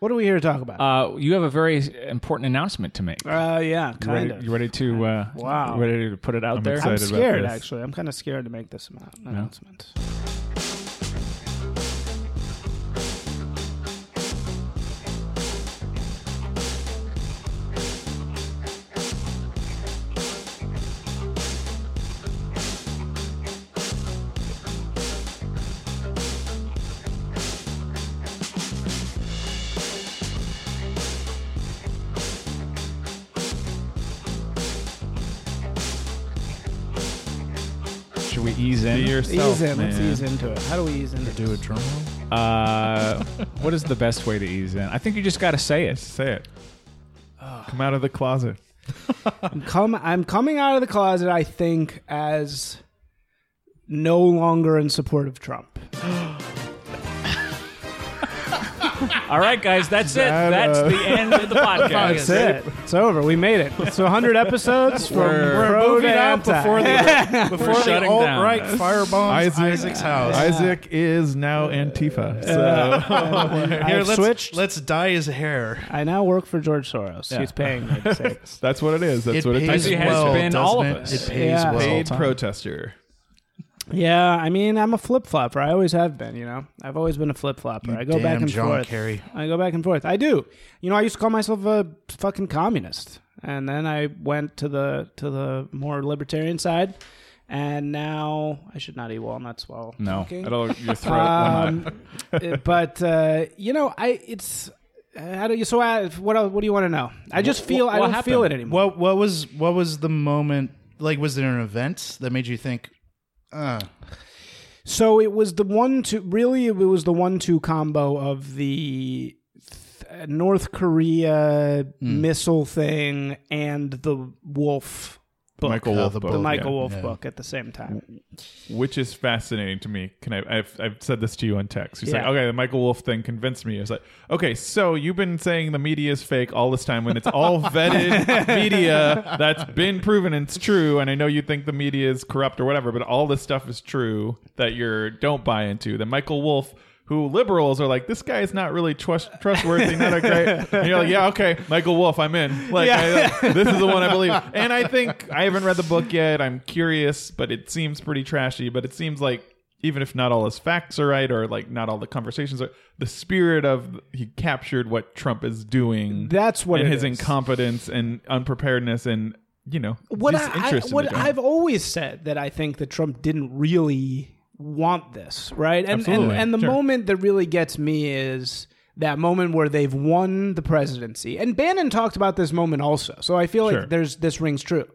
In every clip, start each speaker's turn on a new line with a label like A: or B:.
A: What are we here to talk about?
B: Uh, you have a very important announcement to make.
A: Uh, yeah,
B: You
A: kind
B: ready,
A: of.
B: you ready to uh,
A: Wow.
B: you ready to put it out
C: I'm
B: there?
C: excited.
A: I'm
C: about
A: scared,
C: this?
A: actually. I'm kind of scared to make this amount announcement.
B: Should we ease in?
C: Be yourself,
A: ease in. Let's
C: man.
A: ease into it. How do we ease into it?
D: Do a drum roll.
B: Uh, what is the best way to ease in? I think you just got to say it.
C: Say it. Come out of the closet.
A: I'm, come, I'm coming out of the closet, I think, as no longer in support of Trump.
B: All right, guys, that's
C: That,
B: it. That's
C: uh,
B: the end of the podcast.
A: That's it. It's over. We made it. It's 100 episodes from pro to anti.
D: before the before the
B: shutting
D: alt
B: down.
D: right firebombs
C: Isaac-
D: Isaac's house.
C: Isaac is now Antifa. So
D: Here,
A: I've
D: let's,
A: switched.
D: Let's dye his hair.
A: I now work for George Soros. He's paying me to say this.
C: that's what it is. That's
D: it
C: what it
D: pays
C: is.
B: It has
D: well,
B: been
D: doesn't
B: all of
D: it?
B: us.
D: It pays
A: Yeah.
D: well.
C: Paid
D: Tom.
C: protester.
A: Yeah, I mean, I'm a flip flopper. I always have been. You know, I've always been a flip flopper. I go
D: damn
A: back and
D: John
A: forth.
D: Kerry.
A: I go back and forth. I do. You know, I used to call myself a fucking communist, and then I went to the to the more libertarian side, and now I should not eat walnuts while
B: No,
A: talking.
C: Oh,
B: it'll your throat.
C: Ah.
A: Um, it- but uh, you know, I it's how do you so I, what else, what do you want to know? I just feel I
B: what
A: don't feel it
B: happened?
A: anymore.
D: What what was what was the moment like? Was there an event that made you think? Uh,
A: So it was the one two. Really, it was the one two combo of the th- North Korea missile thing and the Wolf book,
C: Michael
D: Oh,
C: Wolff
D: the
C: book,
A: the Michael
C: yeah.
A: Wolf
D: yeah.
A: book at the same time.
C: which is fascinating to me. Can I? I've, I've said this to you on text. He's like,
A: Yeah.
C: okay, the Michael Wolf thing convinced me. It's like, okay, so you've been saying the media is fake all this time when it's all vetted media that's been proven and it's true. And I know you think the media is corrupt or whatever, but all this stuff is true that you don't buy into. That Michael Wolf. Who liberals are like this guy is not really trust, trustworthy, not a great. And you're like, yeah, okay, Michael Wolf, I'm in. Like, I, this is the one I believe. And I think I haven't read the book yet. I'm curious, but it seems pretty trashy. But it seems like even if not all his facts are right, or like not all the conversations are, the spirit of he captured what Trump is doing.
A: That's what
C: and
A: it
C: his
A: is.
C: incompetence and unpreparedness and you know
A: What I, I
C: disinterest in
A: what
C: the job.
A: I've always said that I think that Trump didn't really want this, right? And
C: Absolutely,
A: and, and the
C: sure.
A: moment that really gets me is that moment where they've won the presidency. And Bannon talked about this moment also. So I feel
C: Sure.
A: like there's this rings true.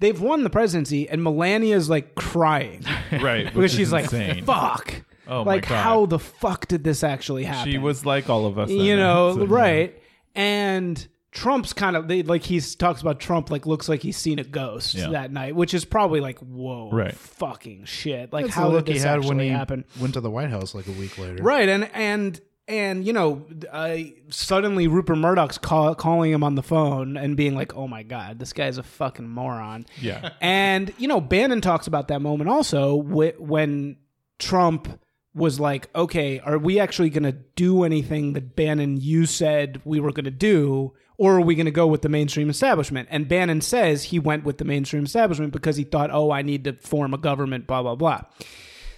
A: They've won the presidency and Melania's like crying
C: right
A: because she's like
C: insane.
A: fuck.
C: Oh my
A: like
C: God.
A: how the fuck did this actually happen?
C: she was like all of us in
A: you
C: it,
A: know,
C: so-
A: right? And Trump's kind of they, like he's talks about Trump like looks like he's seen a ghost that night, which is probably like whoa,
C: Right.
A: fucking shit. Like
D: that's the
A: how
D: look
A: did
D: he
A: this
D: had when
A: actually
D: he
A: happen?
D: went to the White House like a week later.
A: Right, and and and you know, uh, suddenly Rupert Murdoch's call, calling him on the phone and being like, "Oh my god, this guy's a fucking moron."
C: yeah
A: And you know, Bannon talks about that moment also wh- when Trump was like, "Okay, are we actually going to do anything that Bannon you said we were going to do?" Or are we going to go with the mainstream establishment? And Bannon says he went with the mainstream establishment because he thought, oh, I need to form a government, blah, blah, blah.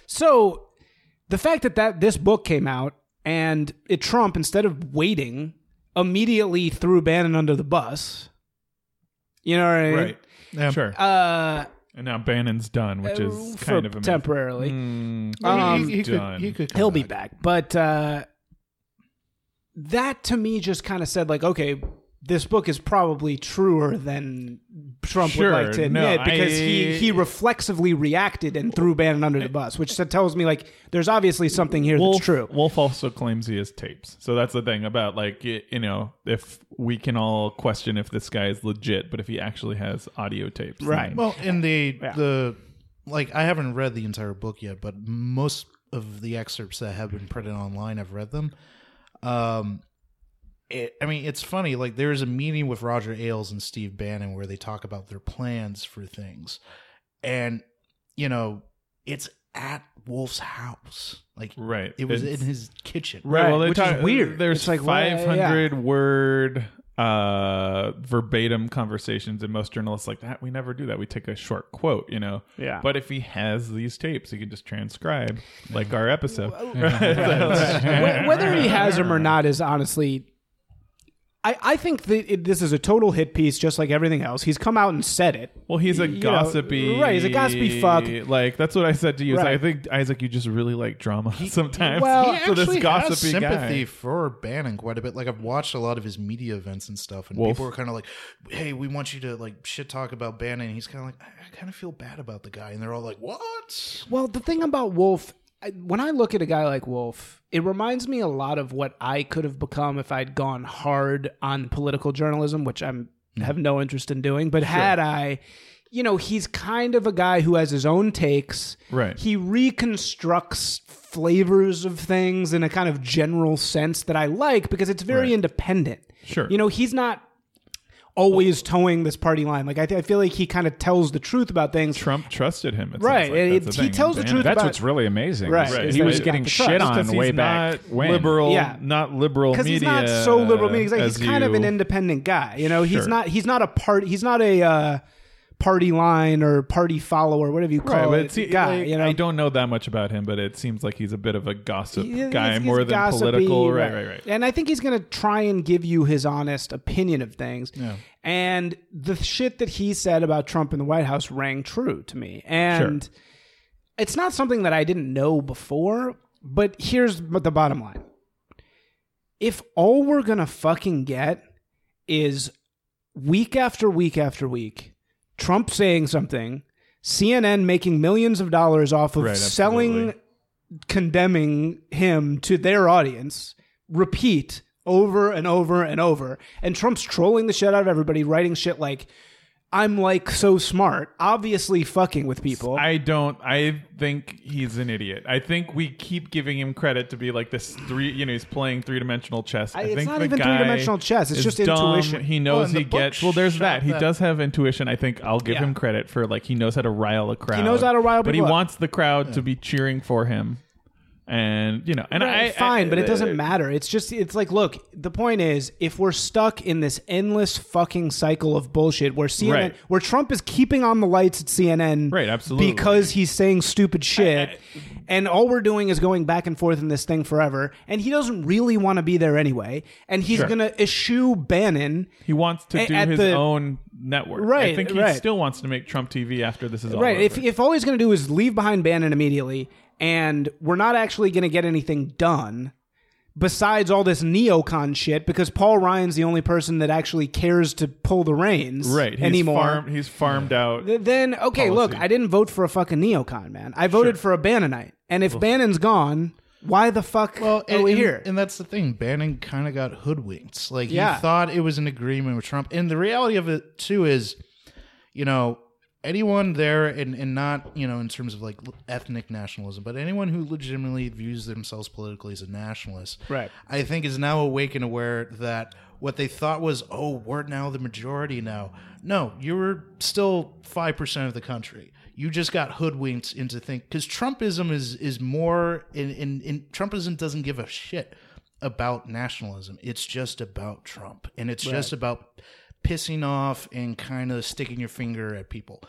A: So the fact that, that this book came out and it Trump, instead of waiting, immediately threw Bannon under the bus. You know what I mean?
C: right
D: Yeah.
C: sure
A: Uh,
C: and now Bannon's done which is
A: Oh, for
C: kind of amazing.
A: temporarily.
D: I mean,
A: Um,
D: he, he could,
C: done.
D: he could come
A: He'll be back, but uh, that to me just kind of said like, okay, this book is probably truer than Trump
C: Sure,
A: would like to
C: no,
A: admit because
C: I-
A: he he reflexively reacted and threw Bannon under the bus, which tells me like there's obviously something here
C: Wolf,
A: that's true.
C: Wolf also claims he has tapes. So that's the thing about like y- you know if we can all question if this guy is legit, but if he actually has audio tapes, then-
A: Right.
D: Well, in the
A: Yeah.
D: the like, I haven't read the entire book yet, but most of the excerpts that have been printed online, I've read them. Um, it, I mean, it's funny. Like, there is a meeting with Roger Ailes and Steve Bannon where they talk about their plans for things, and you know, it's at Wolf's house. Like
C: Right.
D: it was
C: It's-
D: in his kitchen.
A: Right,
C: they uh,
A: which is weird.
C: There's
A: It's like, why- yeah.
C: 500 word uh verbatim conversations and most journalists like that we never do that we take a short quote you know
A: Yeah.
C: but if he has these tapes he can just transcribe like our episode
A: Wh- whether he has them or not is honestly I, I think that it, this is a total hit piece, just like everything else. He's come out and said it.
C: well he's a
A: You know,
C: gossipy
A: right, he's a gossipy fuck.
C: like that's what i said to you It's like,
A: Right.
C: i think isaac you just really like drama sometimes
A: well,
D: He
C: so this
D: actually has
C: gossipy
D: sympathy
C: guy
D: for Bannon quite a bit. Like I've watched a lot of his media events and stuff, and
C: Wolf.
D: people are kind of like, "Hey, we want you to like shit talk about Bannon." And he's kind of like, "I, I kind of feel bad about the guy," and they're all like, "What?"
A: Well, the thing about Wolf, I, when I look at a guy like Wolf, it reminds me a lot of what I could have become if I'd gone hard on political journalism, which I'm
C: Hmm.
A: have no interest in doing. But had I, you know, he's kind of a guy who has his own takes.
C: Right.
A: He reconstructs flavors of things in a kind of general sense that I like because it's very independent.
C: Sure.
A: You know, he's not always towing this party line. Like I, th- I feel like he kind of tells the truth about things.
C: trump trusted him it sounds
A: Right,
C: like.
A: it-
C: That's the
A: he
C: thing.
A: tells the
C: Bannon-
A: truth
B: That's
A: But-
B: what's really amazing.
A: Right,
B: is
A: is
B: He
A: that
B: was
A: he's
B: getting
A: got the
B: shit
A: trust.
C: Just 'cause
B: on
C: he's
B: way back
C: not
B: when.
C: liberal,
A: Yeah.
C: not liberal
A: because
C: media.
A: he's not so liberal media. He's, like, he's
C: as
A: kind of an
C: you-
A: independent guy. You know, he's
C: Sure.
A: not he's not a party he's not a uh, party line or party follower, whatever you
C: Right,
A: call
C: but
A: it.
C: it's, he-
A: guy,
C: like,
A: you know,
C: I don't know that much about him, but it seems like he's a bit of a gossip
A: He- he's-
C: guy
A: he's
C: more than
A: gossipy,
C: political. Right, right, right.
A: And I think he's going to try and give you his honest opinion of things. And the shit that he said about Trump in the White House rang true to me. And it's not something that I didn't know before, but here's b- the bottom line. If all we're going to fucking get is week after week after week, Trump saying something, CNN making millions of dollars off of
C: Right,
A: selling
C: absolutely.
A: condemning him to their audience repeat over and over and over. And Trump's trolling the shit out of everybody, writing shit like, I'm like so smart, obviously fucking with people.
C: I don't. I think he's an idiot. I think we keep giving him credit to be like this three. You know, he's playing three dimensional chess. I,
A: it's
C: think
A: not
C: the
A: even
C: guy
A: three-dimensional chess, it's
C: is
A: just
C: dumb.
A: intuition.
C: He
D: Well,
C: knows
D: and the
C: he
D: book
C: gets. Well, there's
D: shot
C: that. He
D: that-
C: does have intuition. I think I'll give
A: Yeah.
C: him credit for like he knows how to rile a crowd.
A: knows how to rile
C: but he
A: people up.
C: wants the crowd to be cheering for him. And you know, and I
A: Right, fine,
C: I- uh,
A: but it doesn't matter. It's just it's like look, the point is if we're stuck in this endless fucking cycle of bullshit where CNN
C: Right.
A: where Trump is keeping on the lights at CNN
C: Right, absolutely.
A: because he's saying stupid shit and all we're doing is going back and forth in this thing forever and he doesn't really want to be there anyway and he's going to eschew Bannon
C: He wants to
A: A-
C: do
A: at
C: his
A: the-
C: own network. I
A: Right,
C: think he
A: right.
C: still wants to make Trump TV after this is all
A: right. If
C: over.
A: if all he's going to do is leave behind Bannon immediately, and we're not actually going to get anything done besides all this neocon shit, because Paul Ryan's the only person that actually cares to pull the reins
C: right he's
A: anymore.
C: farm- he's farmed out.
A: th- then okay, look,
C: Policy.
A: I didn't vote for a fucking neocon, man. I voted for a Bannonite, and if Bannon's gone, why the fuck
D: Well,
A: are
D: and,
A: Oh, we
D: and-
A: here?
D: and that's the thing. Bannon kind of got hoodwinked. Like
A: Yeah.
D: he thought it was an agreement with Trump, and the reality of it too is, you know, anyone there, and and not you know in terms of like ethnic nationalism, but anyone who legitimately views themselves politically as a nationalist,
A: Right.
D: I think is now awake and aware that what they thought was, oh, we're now the majority now. No, you were still 5% of the country. You just got hoodwinked into think because Trumpism is is more in, in, in Trumpism doesn't give a shit about nationalism. It's just about Trump. And it's just about pissing off and kind of sticking your finger at people.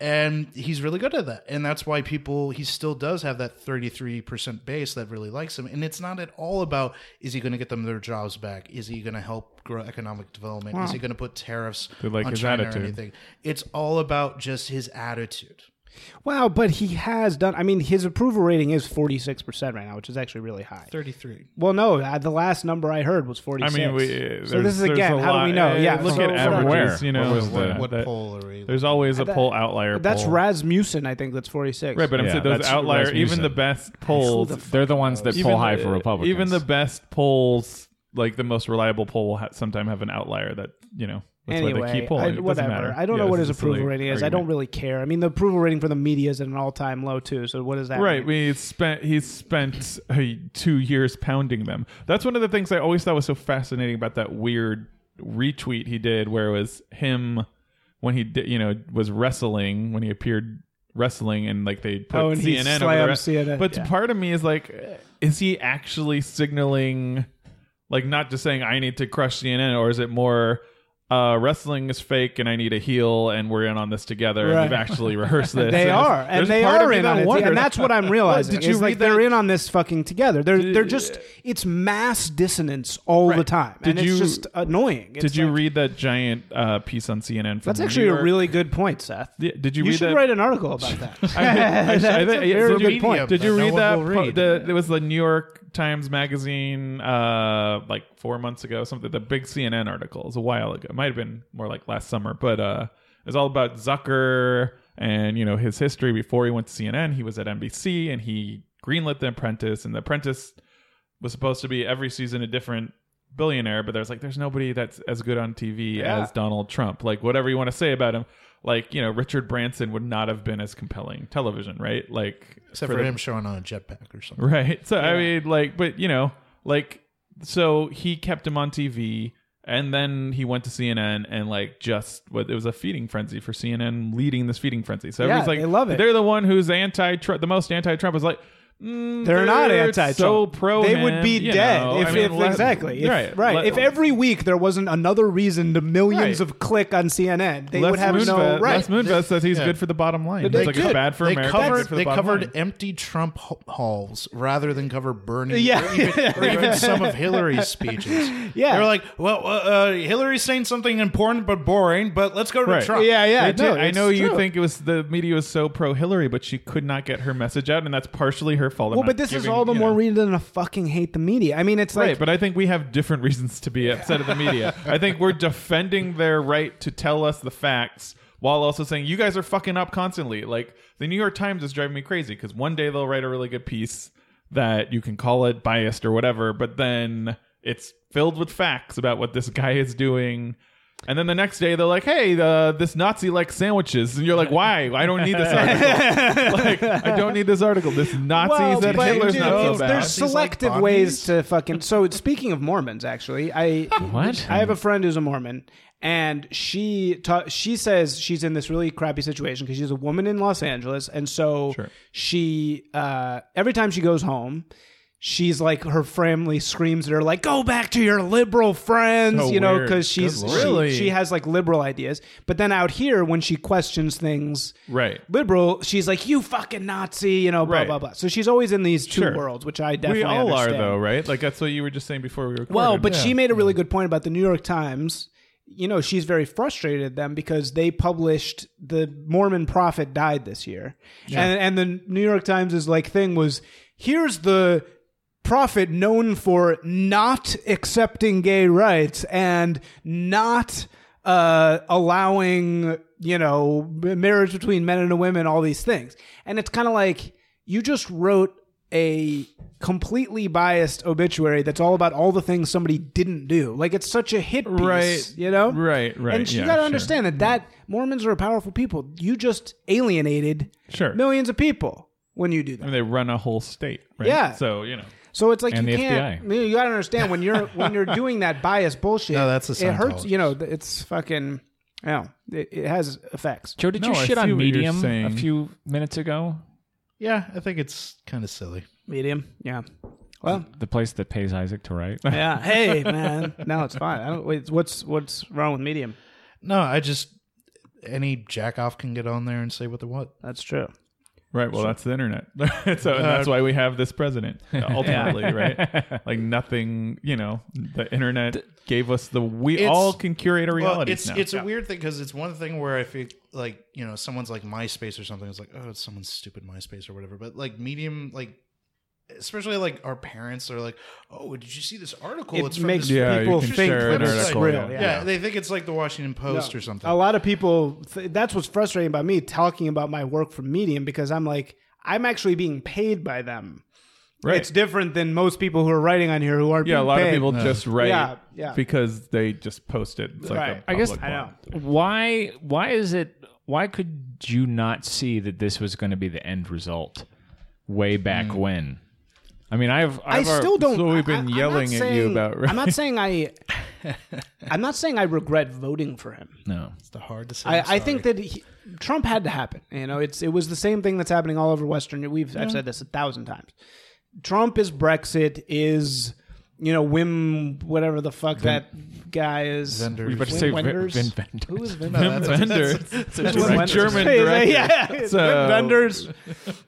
D: And he's really good at that. And that's why people, he still does have that 33% base that really likes him. And it's not at all about is he going to get them their jobs back? Is he going to help grow economic development? Is he going to put tariffs
C: like
D: on
C: his
D: China
C: attitude.
D: or anything? It's all about just his attitude.
A: wow, but he has done. I mean, his approval rating is forty six percent right now, which is actually really high.
D: 33.
A: Well, no, I, the last number I heard was forty
C: I
A: six.
C: mean, we, uh,
A: so
C: there's-
A: this is
C: there's
A: again.
C: a
A: How do
C: lot-
A: we know?
C: uh,
A: Yeah,
C: look
A: so-
C: at
A: so-
C: averages.
B: where?
C: You know,
B: What was
C: the-
B: that?
D: What
C: that-
D: poll are we?
C: there's always a
A: that-
C: poll outlier.
A: That's
C: poll.
A: Rasmussen, I think. That's forty six.
C: Right, but I'm
B: Yeah,
C: saying those
B: that's
C: outlier, even
B: Rasmussen.
C: the best polls,
A: the
B: They're the ones that pull
C: even
B: high
C: the-
B: for Republicans.
C: Even the best polls, like the most reliable poll, will ha- sometime have an outlier that you know. That's why they
A: anyway,
C: keep polling.
A: I-
C: It doesn't
A: whatever.
C: matter.
A: I don't
C: Yeah,
A: know what
C: this
A: his
C: is a silly
A: approval rating is. I
C: argument.
A: don't really care. I mean, the approval rating for the media is at an all time low too. So what does that?
C: Right,
A: mean?
C: we spent he's spent uh, two years pounding them. That's one of the things I always thought was so fascinating about that weird retweet he did, where it was him when he did, you know was wrestling when he appeared wrestling and like they put
A: Oh, and he
C: CNN over the
A: slammed
C: rest.
A: CNN,
C: But
A: yeah.
C: part of me is like, is he actually signaling, like, not just saying I need to crush CNN, or is it more? Uh, wrestling is fake, and I need a heel, and we're in on this together. And we've
A: Right.
C: actually rehearsed this.
A: They
C: And
A: are,
C: there's-
A: and
C: there's
A: they
C: part of
A: are
C: me
A: in
C: that
A: on it,
C: wondered-
A: and that's what I'm realizing.
C: Did you
A: It's like
C: read that- uh,
A: they're in on this fucking together? They're they're just it's mass dissonance all the time, and
C: Did you-
A: it's just annoying. It's
C: Did you
A: like-
C: read that giant uh, piece on CNN? From
A: That's
C: New
A: actually a
C: York?
A: really good point, Seth.
C: Di- Did you,
A: You
C: read
A: should
C: that?
A: write an article about that.
C: I did- I should- I
A: That's
C: think-
A: a very
C: did you-
A: good point.
C: Did you
D: But no
C: read
D: one
C: that?
D: will
C: po-
D: read.
C: the- it was the New York Times Magazine, uh, like four months ago, something. The big CNN article. It was a while ago. It might have been more like last summer, but uh, it was all about Zucker and you know his history before he went to CNN. He was at NBC and he greenlit The Apprentice, and The Apprentice was supposed to be every season a different billionaire, but there's like there's nobody that's as good on TV
A: Yeah.
C: as Donald Trump. Like whatever you want to say about him, like you know Richard Branson would not have been as compelling television, right? Like
D: Except for, him showing on a jetpack or something.
C: right? So I mean, like, but you know, like, so he kept him on TV, and then he went to CNN, and like, just what it was a feeding frenzy for CNN leading this feeding frenzy. So
A: Yeah,
C: everyone's like,
A: they love it.
C: They're the one who's anti-Trump, the most anti-Trump is like. mm,
A: They're not anti-Trump.
C: So pro.
A: They
C: him,
A: would be
C: you
A: dead
C: know,
A: if,
C: I mean,
A: if
C: let-
A: exactly if,
C: right.
A: right.
C: Let-
A: if every week there wasn't another reason to millions
C: Right.
A: of click on CNN, they
C: Les
A: would have no
C: Moonves- Les
A: right.
C: Moonves says he's
D: Yeah.
C: good for the bottom line.
A: they
C: It's like it's
A: could.
C: bad for
D: they
C: America. it's
D: covered
C: good for the
D: they
C: bottom
D: covered
C: line.
D: empty Trump h- halls rather than cover Bernie.
A: Yeah.
D: or even, or even some of Hillary's speeches.
A: Yeah.
D: they were like, well, uh, uh, Hillary's saying something important but boring, but let's go to
C: Right.
D: Trump.
A: Yeah, yeah.
C: They
A: no,
C: did. I
A: it's
C: know you
A: true.
C: think it was the media was so pro Hillary, but she could not get her message out, and that's partially her fault. I'm
A: Well,
C: not
A: but this is
C: giving-
A: all the
C: you
A: more
C: know.
A: reason to fucking hate the media. I mean, it's like
C: Right, but I think we have different reasons to be upset at the media. I think we're defending their right to tell us the facts while also saying you guys are fucking up constantly. Like the New York Times is driving me crazy because one day they'll write a really good piece that you can call it biased or whatever, but then it's filled with facts about what this guy is doing. And then the next day they're like, "Hey, uh, this Nazi likes sandwiches," and you're like, "Why? I don't need this article. like, I don't need this article. This Nazi
A: Well,
C: that
A: but
C: Hitler's
A: dude,
C: not so
A: it's-
C: bad."
A: There's
D: Nazis like
A: selective
D: Bondies?
A: ways to fucking. So speaking of Mormons, actually, I
B: What?
A: I have a friend who's a Mormon, and she ta- she says she's in this really crappy situation because she's a woman in Los Angeles, and so
C: Sure.
A: she uh, every time she goes home. She's like her family screams at her like go back to your liberal friends
C: So
A: you know
C: weird.
A: because she's
C: Good
A: she,
C: lord. Really?
A: she has like liberal ideas but then out here when she questions things
C: Right.
A: liberal she's like you fucking Nazi you know blah
C: Right.
A: blah blah so she's always in these two
C: Sure.
A: worlds, which I
C: we
A: definitely
C: all
A: understand.
C: are though right like that's what you were just saying before we recorded
A: Well, but
C: Yeah.
A: she made a really good point about the New York Times. You know, she's very frustrated at them because they published the Mormon prophet died this year, and and the New York Times' like thing was here's the prophet known for not accepting gay rights and not uh, allowing you know marriage between men and women, all these things, and it's kind of like you just wrote a completely biased obituary that's all about all the things somebody didn't do. Like it's such a hit piece,
C: Right.
A: you know?
C: Right, right,
A: And you
C: yeah,
A: got to
C: sure.
A: understand that that Mormons are a powerful people. You just alienated
C: Sure.
A: millions of people when you do that.
C: I mean, they run a whole state right
A: Yeah.
C: so you know
A: So it's like
B: And
A: you
B: the
A: can't. You, got to understand when you're when you're doing that bias bullshit.
D: No, that's a
A: it hurts.
D: Scientologist.
A: You know, th- it's fucking. You know, it, it has effects.
B: Joe, did
C: No,
B: you
C: I
B: shit
C: see
B: on
C: what you're
B: Medium a
C: saying.
B: few minutes ago?
D: Yeah, I think it's kind of silly.
A: Medium. Yeah. Well.
B: The place that pays Isaac to write.
A: Yeah. Hey, man. No, it's fine. I don't, wait, what's what's wrong with medium?
D: No, I just any jack off can get on there and say what they want.
A: That's true.
C: right well that's the internet so and
A: Uh,
C: that's why we have this president ultimately right like nothing you know the internet gave us the we
D: It's-
C: all can curate a reality
D: it's
C: now.
D: it's a weird thing because it's one thing where I feel like you know someone's like MySpace or something. It's like oh, it's someone's stupid MySpace or whatever. But like Medium, like especially like our parents are like, oh, did you see this article?
A: It
D: it's from
A: makes
D: this
C: Yeah, you
A: people
C: can
A: think
C: share an
A: that it's
C: article,
A: real.
C: yeah.
A: Yeah.
D: yeah. they think it's like the Washington Post or something.
A: A lot of people. Th- that's what's frustrating about me talking about my work from Medium because I'm like I'm actually being paid by them.
C: Right.
A: It's different than most people who are writing on here who aren't.
C: yeah a
A: being
C: lot of
A: paid.
C: people just write
A: Yeah, yeah.
C: because they just post it it's like
A: Right.
C: a
B: I guess-
C: public
A: I know.
C: one.
B: Why? Why is it? Why could you not see that this was going to be the end result way back when? I mean, I've,
A: I
B: I've
A: still don't.
C: so
A: Mm. I- I-
C: we've been
A: I'm not
C: yelling at you
A: saying-
C: about, right?
A: I'm not saying I I'm not saying I regret voting for him.
B: No.
D: It's the hard to say.
A: I, I think that he, Trump had to happen. You know, it's it was the same thing that's happening all over Western. We've I've said this a thousand times. Trump is Brexit is you know Wim whatever the fuck that guy is.
D: Vendors.
C: We about to
A: Wim
C: say Vin-
A: Wenders.
B: Vin Wenders.
A: Who is Wim?
D: No,
C: Wim
D: that's-
C: Wenders.
A: That's
C: German-
A: Wim Wenders.
C: German
A: Yeah,
C: director.
A: yeah, yeah.
C: So-
A: Wim Wenders.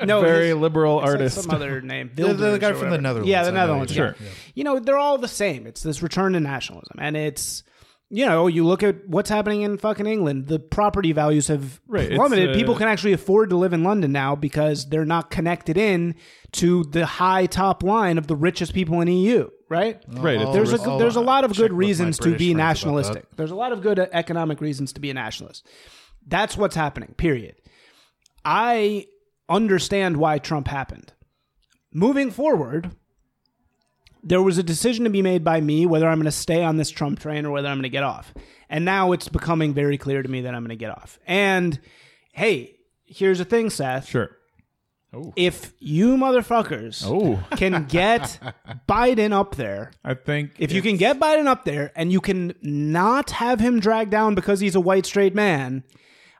A: No,
C: Very
A: his-
C: liberal
A: it's like
C: artist.
A: Some other name.
D: The, the
A: Wilders or
D: guy from the
A: whatever.
D: Netherlands.
A: Yeah,
D: I
A: the
D: know
A: Netherlands.
D: you-
A: yeah. You know, they're all the same. It's this return to nationalism, and it's you know, you look at what's happening in fucking England. The property values have
C: Right, it's,
A: plummeted.
C: uh,
A: People can actually afford to live in London now because they're not connected in to the high top line of the richest people in EU. Right?
D: Oh,
C: Right, it's
A: There's a
D: I'll-
A: there's a
D: I'll
A: lot of
D: check
A: good
D: with my
A: reasons to
D: British
A: be
D: friends about
A: nationalistic. There's a lot of good uh, economic reasons to be a nationalist. That's what's happening. Period. I understand why Trump happened. Moving forward, there was a decision to be made by me whether I'm going to stay on this Trump train or whether I'm going to get off. And now it's becoming very clear to me that I'm going to get off. And hey, here's the thing, Seth.
C: Sure.
A: If you motherfuckers
B: Oh.
A: can get Biden up there,
C: I think
A: if you can get Biden up there and you can not have him dragged down because he's a white straight man,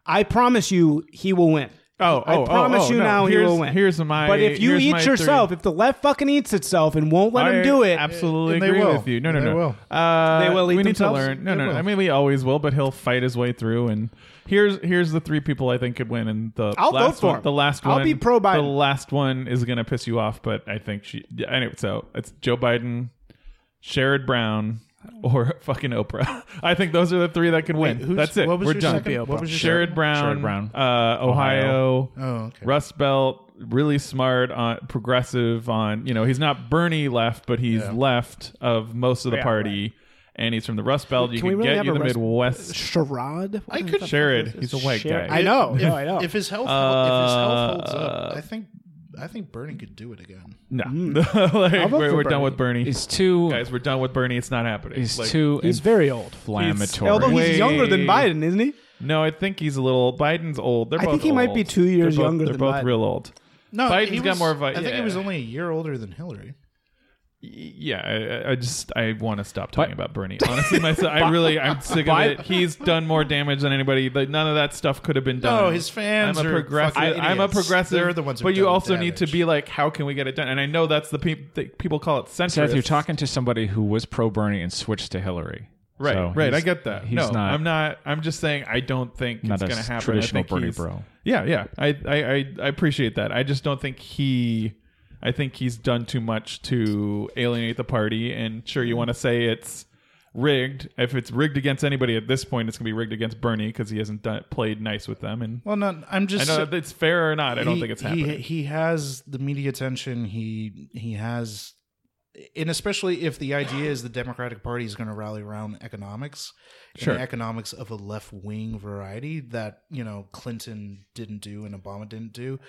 A: I promise you he will win.
C: Oh,
A: I
C: oh, oh,
A: promise
C: oh,
A: you
C: no.
A: now he
C: Here's-
A: will win.
C: here's my-
A: But if you
C: here's my
A: eat
C: theory.
A: yourself, if the left fucking eats itself and won't let
C: I
A: him do it,
C: Absolutely
D: And they
C: agree
D: will.
C: with you. No, no,
D: They
C: no.
D: will.
C: Uh,
A: They will eat
C: we need
A: themselves?
C: to learn. No,
D: They
C: no, no.
D: will.
C: I mean, we always will, but he'll fight his way through. And here's here's the three people I think could win. And the
A: I'll vote
C: last
A: for
C: one,
A: him.
C: the last
A: I'll
C: one.
A: be pro Biden.
C: The last one is gonna piss you off, but I think she. yeah, Anyway, so it's Joe Biden, Sherrod Brown, or fucking Oprah. I think those are the three that can win.
D: who's-
C: That's it.
D: what was
C: We're
D: your
C: done.
D: second- what was your
C: Sherrod
D: second?
C: Brown,
B: Sherrod Brown.
C: uh, Ohio,
D: Oh, okay.
C: Rust Belt, really smart, on, progressive on, you know, he's not Bernie left, but he's left of most of the party, and he's from the Rust Belt. You
A: Can we
C: can,
A: really
C: get
A: have
C: you
A: a
C: the
A: Rust-
C: Midwest.
A: Sherrod?
D: I could
C: Sherrod, he's a white
A: Sherrod.
C: guy.
A: I know.
D: If,
A: no, I know.
D: If his health, if his health holds up, I think I think Bernie could do it again.
C: no,
A: hmm.
C: Like,
A: vote
C: we're,
A: for
C: we're done with Bernie.
B: He's too.
C: Guys, we're done with Bernie. It's not happening.
B: he's
C: Like,
B: too
A: he's very old.
B: inflammatory.
A: Although he's
C: Way-
A: younger than Biden, isn't he?
C: No, I think he's a little. Biden's old. They're
A: I
C: both
A: think he might
C: old.
A: be two years
C: they're both,
A: younger
C: They're
A: than
C: both
A: Biden.
C: real old.
D: No,
C: Biden's
D: he
C: got
D: was-
C: more of a-
D: I think he
C: yeah.
D: was only a year older than Hillary.
C: Yeah, I- I, I just I want to stop talking about Bernie. Honestly, myself, I really I'm sick of it. He's done more damage than anybody. Like, none of that stuff could have been done.
D: No, his fans
C: I'm a
D: are
C: progressive.
D: fucking
C: I'm a
D: idiots.
C: progressive.
D: They're the ones who've
C: but you
D: done the
C: also need to
D: damage.
C: be like, how can we get it done? And I know that's the peop that people call it centrist.
B: Seth, you're talking to somebody who was pro Bernie and switched to Hillary.
C: Right,
B: So
C: right. I
B: he's-
C: get that.
B: He's
C: no,
B: not.
C: I'm not. I'm just saying I don't think
B: Not
C: it's
B: a
C: going to
B: s-
C: happen. I
B: traditional
C: think
B: Bernie
C: he's-
B: bro.
C: Yeah, yeah. I, I, I, I appreciate that. I just don't think he. I think he's done too much to alienate the party. And sure, you want to say it's rigged. If it's rigged against anybody at this point, it's going to be rigged against Bernie because he hasn't done, played nice with them. And
D: Well, no, I'm
C: I
D: just.
C: know that it's fair or not. I don't
D: he-
C: think it's
D: he-
C: happening.
D: He, has the media attention. He he has, and especially if the idea is the Democratic Party is going to rally around economics, and
C: Sure.
D: economics of a left wing variety that you know Clinton didn't do and Obama didn't do.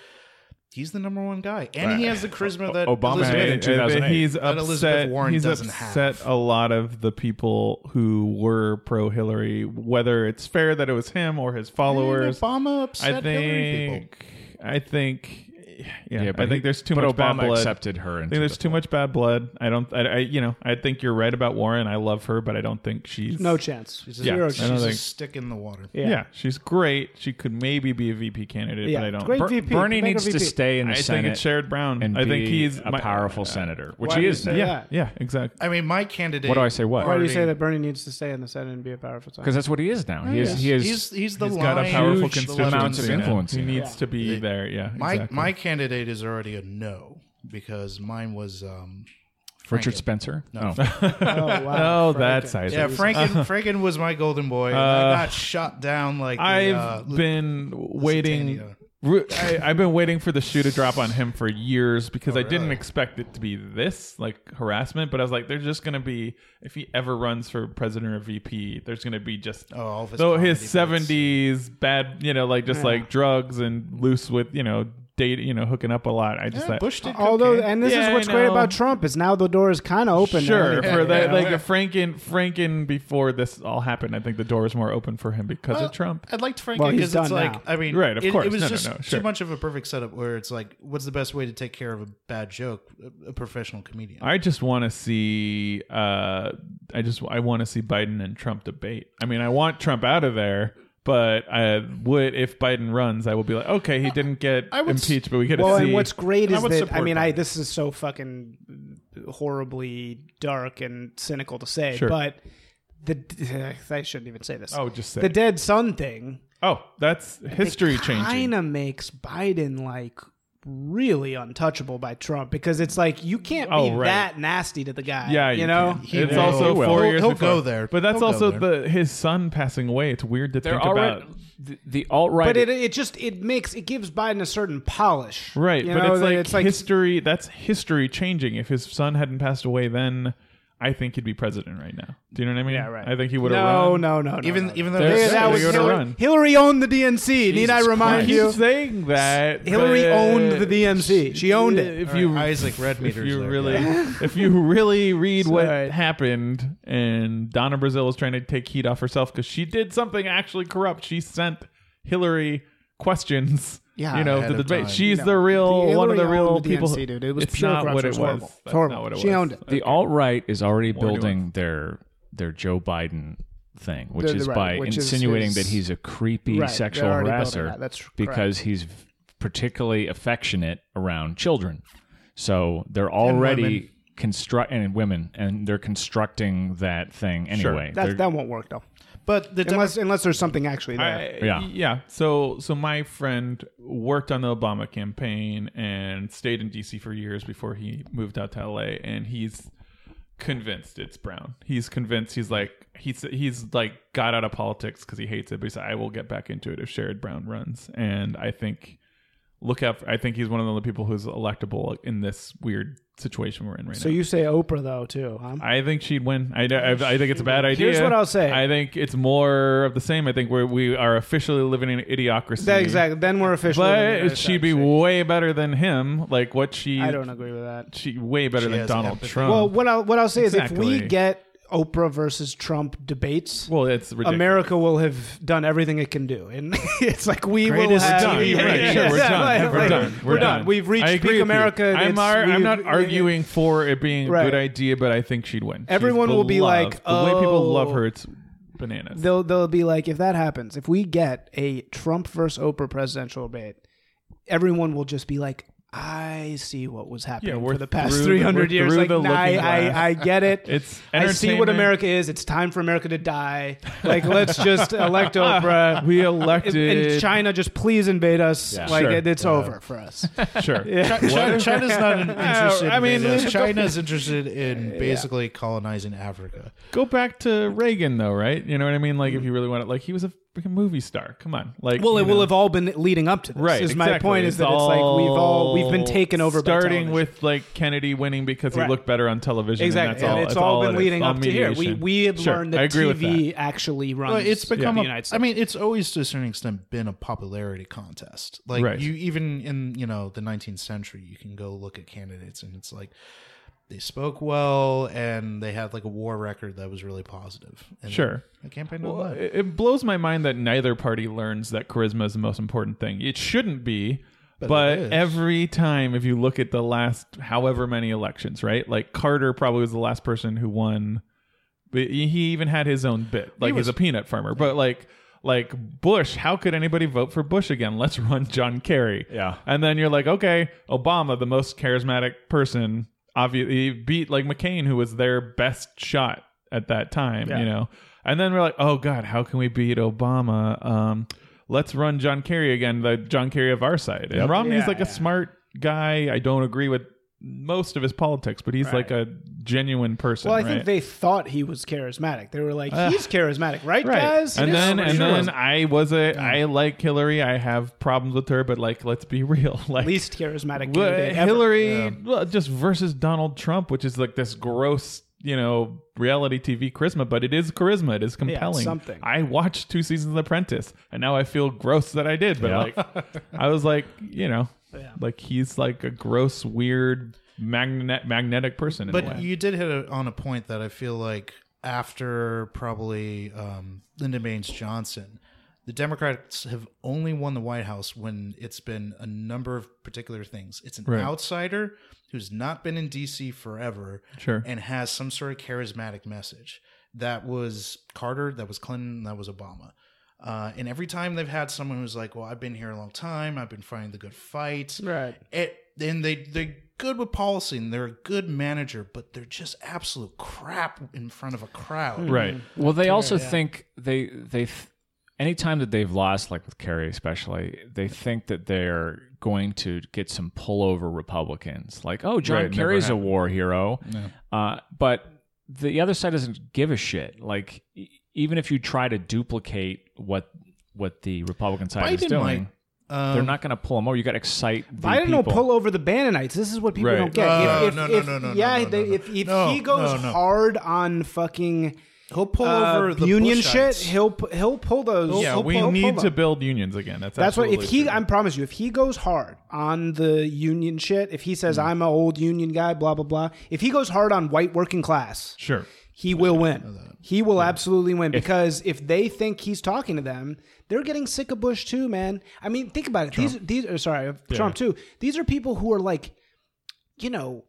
D: He's the number one guy, and he has the charisma that
B: Obama
D: Elizabeth-
B: did in
C: And-
B: 2008.
C: and He's
D: That Elizabeth
C: upset.
D: Warren
C: he's
D: doesn't
C: upset
D: have.
C: a lot of the people who were pro Hillary, whether it's fair that it was him or his followers.
D: Obama upset
C: I
D: Hillary people.
C: think. I think. Yeah,
B: Yeah, but
C: I think
B: he-
C: there's too
B: but
C: much
B: Obama
C: bad blood.
B: accepted her
C: I
B: into
C: think there's
B: the
C: too much bad blood. I don't. I, I. You know. I think you're right about Warren. I love her, but I don't think she's
A: No chance.
D: She's,
A: Zero
D: a,
A: chance.
C: I don't
D: she's a
C: think-
D: stick in the water.
A: Yeah.
C: Yeah. she's great. She could maybe be a VP candidate,
A: Yeah,
C: but I don't.
A: great
C: Ber-
A: VP.
B: Bernie
A: Make her
B: needs to
A: VP.
B: stay in the
C: I think
B: Senate
C: it's Sherrod Brown.
B: and
C: I think
B: be
C: he's
B: a
C: my-
B: powerful senator, which
A: Why
B: he
A: do you
B: is
A: say
B: now.
A: that?
C: Yeah. Yeah. Exactly.
D: I mean, my candidate.
B: What do I say? What?
A: Why do you
D: already-
A: say that Bernie needs to stay in the Senate and be a powerful? senator?
B: Because that's what he is now. He is. He is.
D: He's he's the
C: He's
D: line,
C: got a powerful
B: huge amounts of
C: constituency. now.
B: influence
C: He
B: here.
C: needs to be there. Yeah.
D: My
C: exactly.
D: my candidate is already a no because mine was um,
B: Richard
D: Franken.
B: Spencer. No.
A: oh, wow.
C: Oh,
A: Frank.
C: that's I
D: Yeah, Franken Franken was my golden boy. And I got shot down like the,
C: Uh, I've
D: uh, Lu-
C: been waiting.
D: Lusitania.
C: Ru- I, I've been waiting for the shoe to drop on him for years because I didn't expect it to be this like harassment. But I was like, there's just gonna be if he ever runs for president or VP, there's gonna be just
D: Oh, all of his
C: though
D: comedy
C: his
D: bits.
C: seventies bad, you know, like just like drugs and loose with you know date, you know, hooking up a lot. I just
D: Yeah,
C: thought,
D: Bush did
A: Although,
D: cocaine.
A: and this
C: Yeah,
A: is
C: I
A: what's great
C: know.
A: about Trump is now the door is kind of open. to
C: sure
A: anything.
C: for that
D: Yeah.
C: like a franken franken before this all happened i think the door was more open for him because
D: Well,
C: of trump
D: I'd like to Frank
A: Well,
D: because
A: he's
D: it's
A: done
D: like
A: now.
D: I mean,
C: Right, of
D: it,
C: course.
D: It was
C: No, no,
D: just
C: no, sure.
D: too much of a perfect setup where it's like, what's the best way to take care of a bad joke? A- A professional comedian.
C: i just want to see uh i just i want to see biden and trump debate i mean i want trump out of there but I would if Biden runs, I will be like, okay, he didn't get
D: I would s-
C: impeached, but we get to
A: Well,
C: see.
A: and what's great
D: I
A: is
D: would
A: that I
D: support
A: mean, I
D: Biden.
A: this is so fucking horribly dark and cynical to say,
C: Sure.
A: but the I shouldn't even say this.
C: oh, just say.
A: the dead son thing
C: oh, that's history changing.
A: kind of makes Biden like really untouchable by Trump because it's like you can't be
C: Oh, right.
A: that nasty to the guy.
C: Yeah,
A: you,
C: you
A: know.
C: can. It's
D: will.
C: also
D: He
C: 4
D: will. He'll-
C: years.
D: he'll
C: before.
D: go there.
C: but that's
D: He'll go
C: also
D: there.
C: the his son passing away. It's weird to
B: They're
C: think
B: already
C: about.
B: the, the alt right.
A: But it it just it makes it gives Biden a certain polish,
C: Right,
A: You
C: but
A: know,
C: it's
A: that
C: like, history. That's history changing. If his son hadn't passed away, then I think he'd be president right now. Do you know what I mean?
A: Yeah, right.
C: I think he would have
A: no,
C: run.
A: no, no, no,
D: even
A: no, no.
D: even though
C: There-
D: they
A: Yeah,
C: Yes,
D: said
A: that
C: they
A: was
C: go to
A: Hillary,
C: run.
A: Hillary owned the DNC. Need I remind
C: Keep
A: you?
C: saying that
A: Hillary
C: but uh,
A: owned the DNC. She owned it.
C: If you
D: Isaac Red
C: if
D: meters.
C: you
D: there.
C: really if you really read what
A: Sorry.
C: happened and Donna Brazil is trying to take heat off herself because she did something actually corrupt. She sent Hillary questions.
D: Yeah,
C: you know
D: ahead
C: to the
D: of
C: debate.
D: time.
C: She's
A: No.
C: the real
A: The
C: one of the
A: Hillary
C: real
A: owned the
C: people.
A: DNC, dude. It was
C: it's
A: pure
C: not
A: corruption.
C: what
A: It
C: it
A: was
C: was.
A: horrible.
C: That's
A: Horrible.
C: not what it
A: She
C: was.
A: owned it.
B: the alt right is already
C: More nuanced.
B: building their their Joe Biden thing, which
A: The-
B: is
A: right,
B: by
A: which is
B: insinuating
A: his-
B: that he's a creepy
A: Right, they're
B: sexual
A: already building that.
B: harasser
A: That's correct.
B: because he's v- particularly affectionate around children. So they're already construct and women, and they're constructing that thing anyway. They're-
A: That, that won't work though,
D: but the Demo-
A: unless unless there's something actually there.
C: I,
B: Yeah.
C: yeah. So so my friend worked on the Obama campaign and stayed in DC for years before he moved out to LA and he's convinced it's Brown. He's convinced he's like he's he's like got out of politics cuz he hates it but he said I will get back into it if Sherrod Brown runs and I think look out for- I think he's one of the only people who's electable in this weird situation we're in right
A: so
C: now.
A: you say Oprah though too? Huh?
C: I think she'd win. I, I, I think it's a bad idea.
A: Here's what I'll say.
C: I think it's more of the same. I think we're, we are officially living in idiocracy.
A: That- exactly. Then we're officially. in
C: But
A: the
C: she'd be way better than him. Like what she,
A: I don't agree with that.
C: she way better
D: She
C: than
D: has
C: Donald
D: empathy.
C: Trump.
A: Well, what I'll what I'll say is if we
C: Exactly.
A: get Oprah versus Trump debates.
C: well, it's ridiculous.
A: America will have done everything it can do, and it's like we will
D: Greatest
A: have.
C: Done.
D: TV
A: Yeah,
C: Right.
A: yeah,
C: Sure,
A: yeah,
C: we're,
A: yeah,
C: done.
A: like,
C: we're
A: like,
C: done. We're done.
A: We've reached
C: I agree
A: peak
C: with you.
A: America.
C: I'm,
A: It's-
C: ar- I'm
A: we've-
C: not arguing for it being a
A: Right.
C: good idea, but I think she'd win. She's
A: Everyone will be
C: beloved.
A: like,
C: the way people
A: "Oh."
C: love her, it's bananas.
A: they'll they'll be like, if that happens, if we get a Trump versus Oprah presidential debate, everyone will just be like, I see what was happening
C: Yeah, we're
A: for the past
C: through the-
A: three hundred
C: we're
A: years.
C: through
A: Like,
C: the
A: nah, I,
C: looking glass.
A: I I get it.
C: It's
A: I see what
C: entertainment.
A: America is. It's time for America to die. Like, let's just elect Oprah.
C: we
A: And-
C: elected
A: And China just please invade us.
B: Yeah.
A: Like
C: Sure.
A: it, it's over for us.
C: Sure.
D: China, China's not in- interested.
C: I
D: I
C: mean,
D: mean,
C: look at
D: China's interested in basically colonizing Africa.
C: Go back to Reagan though, right? You know what I mean? Like if you really want it, like he was a freaking movie star. Come on, like
A: Mm-hmm. Well,
C: you
A: it will
C: know.
A: have all been leading up to this.
C: Right,
A: Is my
C: exactly.
A: point is that it's like we've all we've been taken over. by
C: Starting
A: television.
C: with like Kennedy winning because he
A: Right.
C: looked better on television.
A: Exactly.
C: and that's all.
A: it's,
C: that's
A: all,
C: it
A: been
C: is.
A: leading
C: All
A: up to here. We
C: mediation.
A: we have
C: Sure,
A: learned that
C: I agree with
A: TV actually runs.
D: Well, it's become
A: Um, the
D: a-
A: United States.
D: I mean, it's always to a certain extent been a popularity contest. Like
C: Right.
D: you even in, you know, the 19th century, you can go look at candidates and it's like they spoke well and they had like a war record that was really positive. And
C: Sure.
D: The campaign
C: Well,
D: well,
C: it it blows my mind that neither party learns that charisma is the most important thing. It shouldn't be, but,
D: it is.
C: every time, if you look at the last however many elections, right? Like Carter probably was the last person who won. But he he even had his own bit, like he's a peanut farmer. But like, like Bush, how could anybody vote for Bush again? Let's run John Kerry.
B: Yeah.
C: and then you're like, okay, Obama, the most charismatic person, obviously beat like McCain, who was their best shot at that time. You know, and then we're like, oh god, how can we beat Obama? Um, let's run John Kerry again, the John Kerry of our side. And Romney's
A: Yeah,
C: like
A: yeah.
C: a smart guy. I don't agree with most of his politics, but he's like a genuine person.
A: well, I
C: right?
A: think they thought he was charismatic. They were like, he's charismatic, right, guys?
C: and
A: It is
C: then
A: so
C: and
A: true.
C: then I was a I like Hillary. I have problems with her, but like let's be real. Like
A: least charismatic
C: wha-
A: candidate ever.
C: Hillary well, just versus Donald Trump, which is like this gross, you know, reality TV charisma, but it is charisma. It is compelling.
A: something.
C: I watched two seasons of The Apprentice, and now I feel gross that I did, but like I was like, you know, Like he's like a gross, weird, magnet magnetic person. In a
D: But
C: way.
D: you did hit a, on a point that I feel like after probably um, Lyndon Baines Johnson, the Democrats have only won the White House when it's been a number of particular things. It's an
C: Right.
D: outsider who's not been in D.C. forever
C: Sure.
D: and has some sort of charismatic message. That was Carter, that was Clinton, that was Obama. Uh, and every time they've had someone who's like, "Well, I've been here a long time. I've been fighting the good fight
A: Right.
D: it and they they're good with policy and they're a good manager, but they're just absolute crap in front of a crowd.
C: right.
B: Well, they also think they they th- anytime that they've lost, like with Kerry especially, they think that they're going to get some pullover Republicans, like oh John
C: Right, never
B: Kerry's a
C: happened.
B: war hero, uh, but the other side doesn't give a shit. Like e- even if you try to duplicate what what the Republican side is
D: Biden
B: doing,
D: might,
B: they're
D: Um,
B: not going to pull them over. You got to excite. The
A: Biden will
B: people.
A: pull over the Bannonites. This is what people
C: Right.
A: don't get.
D: No,
A: if, if,
D: Oh, no, no,
A: if-
D: no, no, no,
A: yeah,
D: no, no,
A: they-
D: no.
A: if, if
D: No,
A: he goes
D: no, no.
A: hard on fucking
D: He'll pull
A: uh,
D: over the
A: union
D: Bushites.
A: shit, he'll pu- he'll pull those.
C: yeah,
A: he'll
C: we
A: pull- he'll
C: need
A: pull
C: to
A: them.
C: build unions again. That's
A: That's what if
C: absolutely
A: he.
C: true.
A: I promise you, if he goes hard on the union shit, if he says I'm an old union guy, blah blah blah. If he goes hard on white working class,
C: sure.
A: he will win. He will absolutely win because if they think he's talking to them, they're getting sick of Bush too, man. I mean, think about it. These these are sorry, of Trump too. These are people who are like, you know,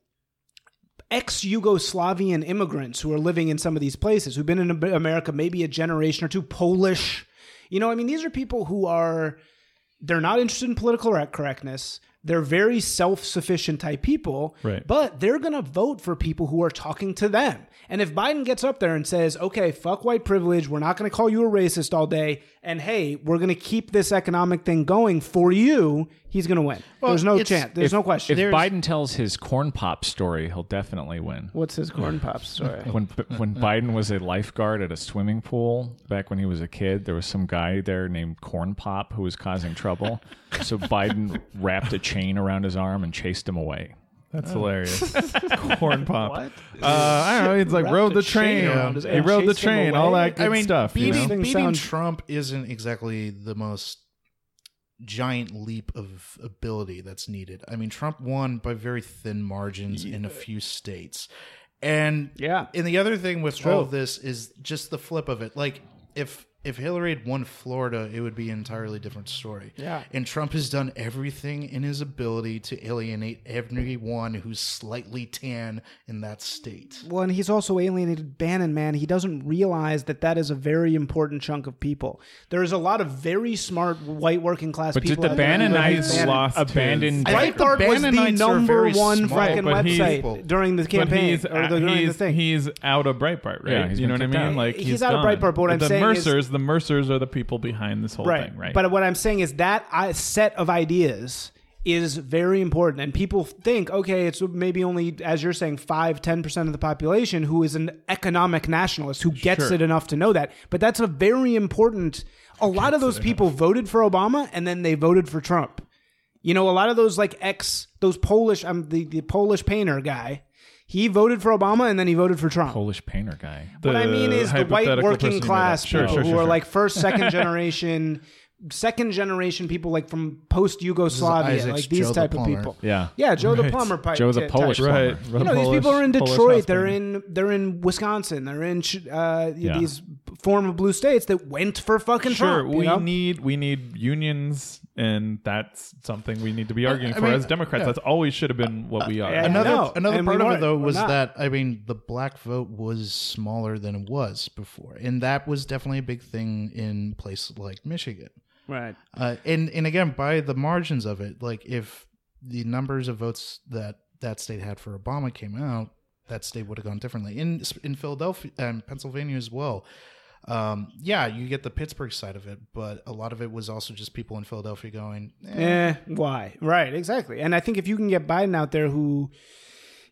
A: ex Yugoslavian immigrants who are living in some of these places who've been in Ab- America maybe a generation or two, Polish. You know, I mean, these are people who are they're not interested in political rec- correctness. They're very self-sufficient type people,
C: Right.
A: but they're going to vote for people who are talking to them. And if Biden gets up there and says, "Okay, fuck white privilege. We're not going to call you a racist all day, and hey, we're going to keep this economic thing going for you," he's going to win. There's no
D: it's-
A: chance. There's no question.
B: If Biden tells his corn pop story, he'll definitely win.
A: What's his corn pop story?
B: when when Biden was a lifeguard at a swimming pool back when he was a kid, there was some guy there named Corn Pop who was causing trouble. So Biden wrapped a chain around his arm and chased him away.
C: That's hilarious. Corn pop. Uh, I don't know. He's like
A: Wrapped
C: rode
A: a
C: the
A: chain
C: train.
A: around his
C: He
A: ass,
C: rode the
A: chased him
C: train. All
A: away.
C: that good
D: I mean,
C: stuff. you
D: beating,
C: know?
A: Things
D: beating
A: sound-
D: Trump isn't exactly the most giant leap of ability that's needed. I mean, Trump won by very thin margins in a few states. And
A: Yeah.
D: and the other thing with
A: Oh.
D: all of this is just the flip of it. Like if if Hillary had won Florida, it would be an entirely different story.
A: Yeah.
D: And Trump has done everything in his ability to alienate everyone who's slightly tan in that state.
A: Well, and he's also alienated Bannon, man. He doesn't realize that that is a very important chunk of people. There is a lot of very smart white working class
B: But
A: people.
B: did the
A: out there who
B: Bannonites
A: like Bannon.
C: lost his-
B: abandon?
D: I think the
A: Breitbart was the
D: Bannonites are
A: number
D: very
A: one
D: smart,
A: fucking
C: but he's-
A: website during the
C: But
A: campaign
C: he's,
A: or the, during the
C: he's,
A: thing.
C: he's out of Breitbart, right?
B: Yeah, he's
C: you know what I
B: been
C: mean?
B: kicked out.
C: Like
A: He's out of
C: gone.
A: Breitbart, but what I'm
C: the
A: saying is-
C: Mercers, the Mercers are the people behind this whole
A: right.
C: thing, right?
A: But what I'm saying is that I, set of ideas is very important, and people think, okay, it's maybe only as you're saying five, ten percent of the population who is an economic nationalist who gets
C: Sure.
A: it enough to know that. But that's a very important. A lot of those people voted for Obama, and then they voted for Trump. You know, a lot of those like ex, those Polish, I'm the, the Polish painter guy. He voted for Obama, and then he voted for Trump
B: Polish painter guy.
A: what I mean is the white
C: hypothetical person you
A: working
C: made
A: class
C: up. Sure,
A: people
C: sure,
A: who
C: sure,
A: are
C: sure.
A: like first, second generation, second generation people like from post Yugoslavia,
D: Isaac's
A: like these
D: Joe the
A: type of
D: plumber.
A: people.
B: Yeah.
A: yeah, Joe the plumber, pipe
B: Joe the
A: type.
B: Polish plumber.
C: right?
A: You know, these people are in
C: Polish
A: Detroit.
C: house
A: They're
C: band.
A: in they're in Wisconsin. They're in uh, these form of blue states that went for fucking
C: Sure,
A: Trump. you
C: we
A: know?
C: need we need unions, and that's something we need to
A: Uh,
C: be arguing
D: I
C: for
D: mean,
C: as Democrats. That's always should have been what we are.
A: yeah.
D: another
A: No,
D: another
A: and
D: part
A: we
D: of it
A: weren't.
D: though
A: We're
D: was
A: not.
D: that I mean the black vote was smaller than it was before, and that was definitely a big thing in places like Michigan.
A: right.
D: Uh, and and again, by the margins of it, like if the numbers of votes that that state had for Obama came out, that state would have gone differently. In in Philadelphia and Pennsylvania as well. Um, yeah, you get the Pittsburgh side of it, but a lot of it was also just people in Philadelphia going, eh,
A: Eh, why? Right, exactly. And I think if you can get Biden out there who,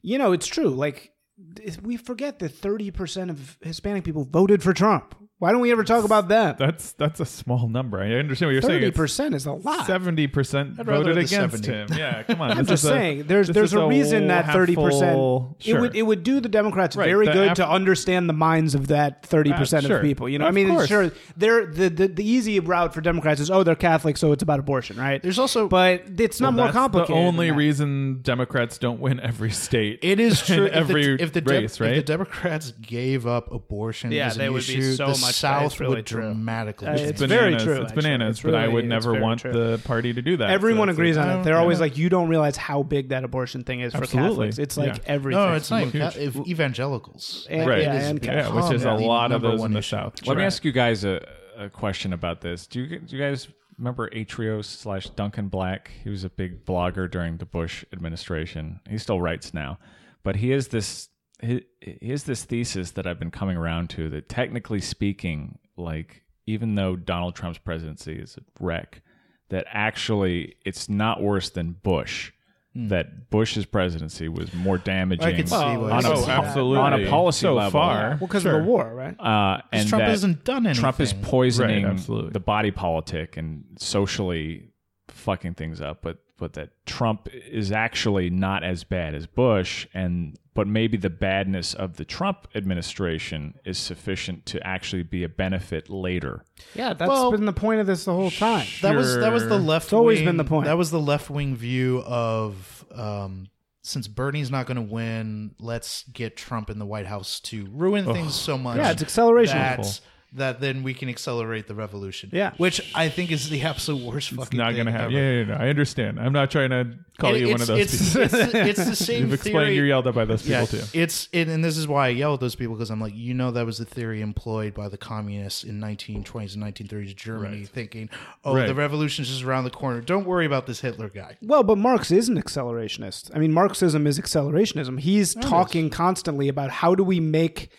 A: you know, it's true. Like, th- we forget that 30% of Hispanic people voted for Trump. Why don't we ever talk about that?
C: That's that's a small number. I understand what you're saying.
A: Thirty
C: It's-
A: percent is a lot.
C: Seventy percent
D: rather
C: voted
D: the
C: against
D: 70.
C: him. Yeah, come on.
A: I'm just saying, there's there's a reason that thirty percent it would it would do the Democrats
C: Right,
A: very
C: the
A: good
C: half-
A: to understand the minds of that thirty percent
C: Uh, sure.
A: of people. You know, what
C: Of
A: I mean,
C: course.
A: sure, they're the, the the easy route for Democrats is oh they're Catholic, so it's about abortion, right?
D: There's also
A: but it's not more complicated.
C: The only
A: than that.
C: reason Democrats don't win every state.
D: It is true.
C: in every
D: if the,
C: race,
D: if
C: right?
D: the Democrats gave up abortion
A: Yeah,
D: as an
A: they would be
D: issue,
A: so
D: the
A: much-
D: South
A: it's really
D: would
A: true.
D: dramatically.
A: Uh,
D: change.
A: it's- very
C: bananas.
A: true,
C: It's
A: actually.
C: bananas,
A: It's
C: but I
A: really-
C: would
A: it's
C: never
A: very
C: want
A: true.
C: the party to do that.
A: Everyone
C: So it's
A: agrees
C: like,
A: on
C: I
A: it. They're
C: don't-
A: always
C: yeah.
A: like, you don't realize how big that abortion thing is for
C: Absolutely.
A: Catholics. It's like
C: Yeah.
A: everything.
D: no, it's not even
C: huge.
D: Cath- if evangelicals.
A: And-
C: Right.
A: yeah,
C: It is
A: and
C: yeah,
A: Catholics.
C: which is a
D: Commonly
C: lot of
D: number
C: those
D: one
C: in the
D: issue.
C: South.
B: Let me
C: Sure.
B: ask you guys a, a question about this. Do you, do you guys remember Atrio slash Duncan Black? He was a big blogger during the Bush administration. He still writes now, but he is this he, he has this thesis that I've been coming around to that technically speaking, like even though Donald Trump's presidency is a wreck, that actually it's not worse than Bush.
C: Hmm.
B: That Bush's presidency was more damaging
D: see why
B: on, a,
D: you
B: po-
D: say that.
C: Oh, Absolutely.
B: on a policy
C: So
B: level.
C: far.
A: Well, because
C: Sure.
A: of the war, right?
B: Uh, and
D: Trump
B: that
D: hasn't done anything.
B: Trump is poisoning
C: Right, absolutely.
B: the body politic and socially fucking things up, but but that Trump is actually not as bad as Bush and but maybe the badness of the Trump administration is sufficient to actually be a benefit later.
A: Yeah, that's
D: Well-
A: been the point of this the whole time.
D: that was that was
C: Sure.
D: the left.
A: It's always
D: wing-
A: been the point.
D: That was the left wing view of um, since Bernie's not going to win, let's get Trump in the White House to ruin things so much.
A: Yeah, it's acceleration.
D: That, that then we can accelerate the revolution.
A: Yeah.
D: which I think is the absolute worst fucking.
C: Not
D: thing
C: gonna
D: ever.
C: happen. Yeah, yeah, yeah, no, I understand. I'm not trying to call
D: It-
C: you one of
D: it's-
C: those. people.
D: It's, it's, it's the same
C: You've explained
D: theory.
C: you're yelled at by those people
D: yeah,
C: too.
D: it's it, and this is why I yell at those people because I'm like, you know, that was the theory employed by the communists in 1920s and 1930s Germany, thinking, oh,
C: Right.
D: the revolution's just around the corner. Don't worry about this Hitler guy.
A: Well, but Marx is an accelerationist. I mean, Marxism is accelerationism. He's talking constantly about how do we make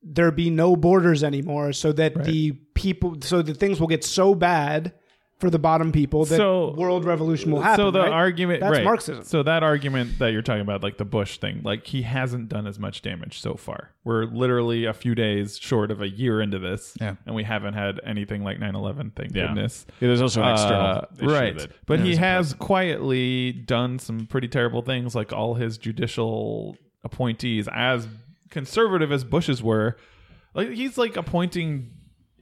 A: there be no borders anymore so that the people, so that things will get so bad for the bottom people that
C: So-
A: world revolution will happen.
C: so the
A: right?
C: argument
A: That's
C: right.
A: Marxism.
C: So that argument that you're talking about, like the Bush thing, like he hasn't done as much damage so far. We're literally a few days short of a year into this,
D: Yeah.
C: and we haven't had anything like 9/11. Thank goodness.
B: Yeah, there's also an external
C: Uh,
B: issue
C: right,
B: that-
C: but he has quietly done some pretty terrible things, like all his judicial appointees, as conservative as Bush's were. Like he's like appointing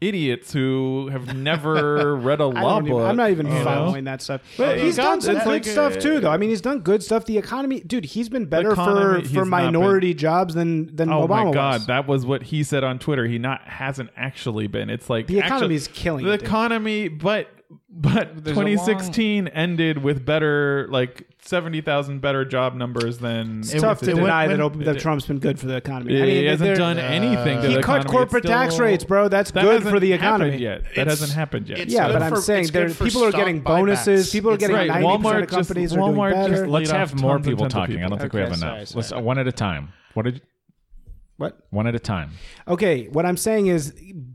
C: idiots who have never read a
A: I
C: law
A: don't even,
C: book.
A: I'm not even
C: you know?
A: following that stuff.
C: But
A: he's
C: you
A: done
C: got
A: some
C: that.
A: good
C: Like,
A: stuff
C: uh,
A: too, though. I mean, he's done good stuff. The economy, dude, he's been better
C: economy,
A: for
C: he's
A: for
C: not been-
A: minority jobs than than
C: Oh
A: Obama
C: my god,
A: was.
C: that was what he said on Twitter. He not hasn't actually been. It's like
A: The
C: actually-
A: economy's killing
C: the
A: it, dude.
C: economy, but but
B: There's a
C: 2016 ended with better like 70,000 better job numbers than
A: it's tougf to
D: it went-
A: deny that,
D: when-
A: Ob- that Trump's been good for the economy.
C: He
A: I mean,
C: hasn't
A: there-
C: done anything. To
A: he
C: the
A: cut
C: economy. It's
A: corporate
C: still-
A: tax rates, bro. That's
C: That
A: good
C: hasn't
A: for the
C: happened
A: economy.
C: Yet that
D: It's-
C: hasn't happened yet.
D: it's
A: Yeah,
D: good
A: but I'm
D: for-
A: saying
D: it's good
A: there-
D: for
A: people are
D: stock
A: getting
D: buybacks.
A: bonuses. People are
D: It's
A: getting
D: like-
A: ninety percent of companies
C: just,
A: are doing
C: Walmart
A: better.
C: Just
B: Let's
C: laid
B: have
C: off
B: more
C: tons and
B: people
C: tons of
B: talking. I don't think we
A: Okay,
B: have
A: sorry,
B: enough.
A: sorry.
B: Let's one at a time. What did
A: what?
B: one at a time?
A: Okay, what I'm saying is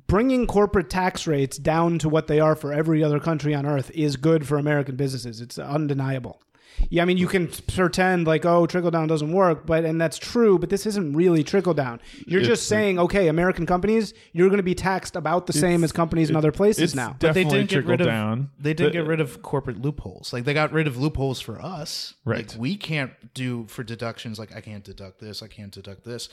A: bringing corporate tax rates down to what they are for every other country on earth is good for American businesses. It's undeniable. Yeah, I mean, you can pretend like, oh, trickle down doesn't work, but, and that's true, but this isn't really trickle down. You're just saying, okay, American companies, you're going to be taxed about the same as companies in other places
C: It's
A: now.
D: But they
C: definitely
D: didn't get
C: trickled
D: rid of
C: down.
D: they didn't
C: The-
D: get rid of corporate loopholes. Like they got rid of loopholes for us.
C: Right.
D: Like we can't do for deductions. Like I can't deduct this. I can't deduct this.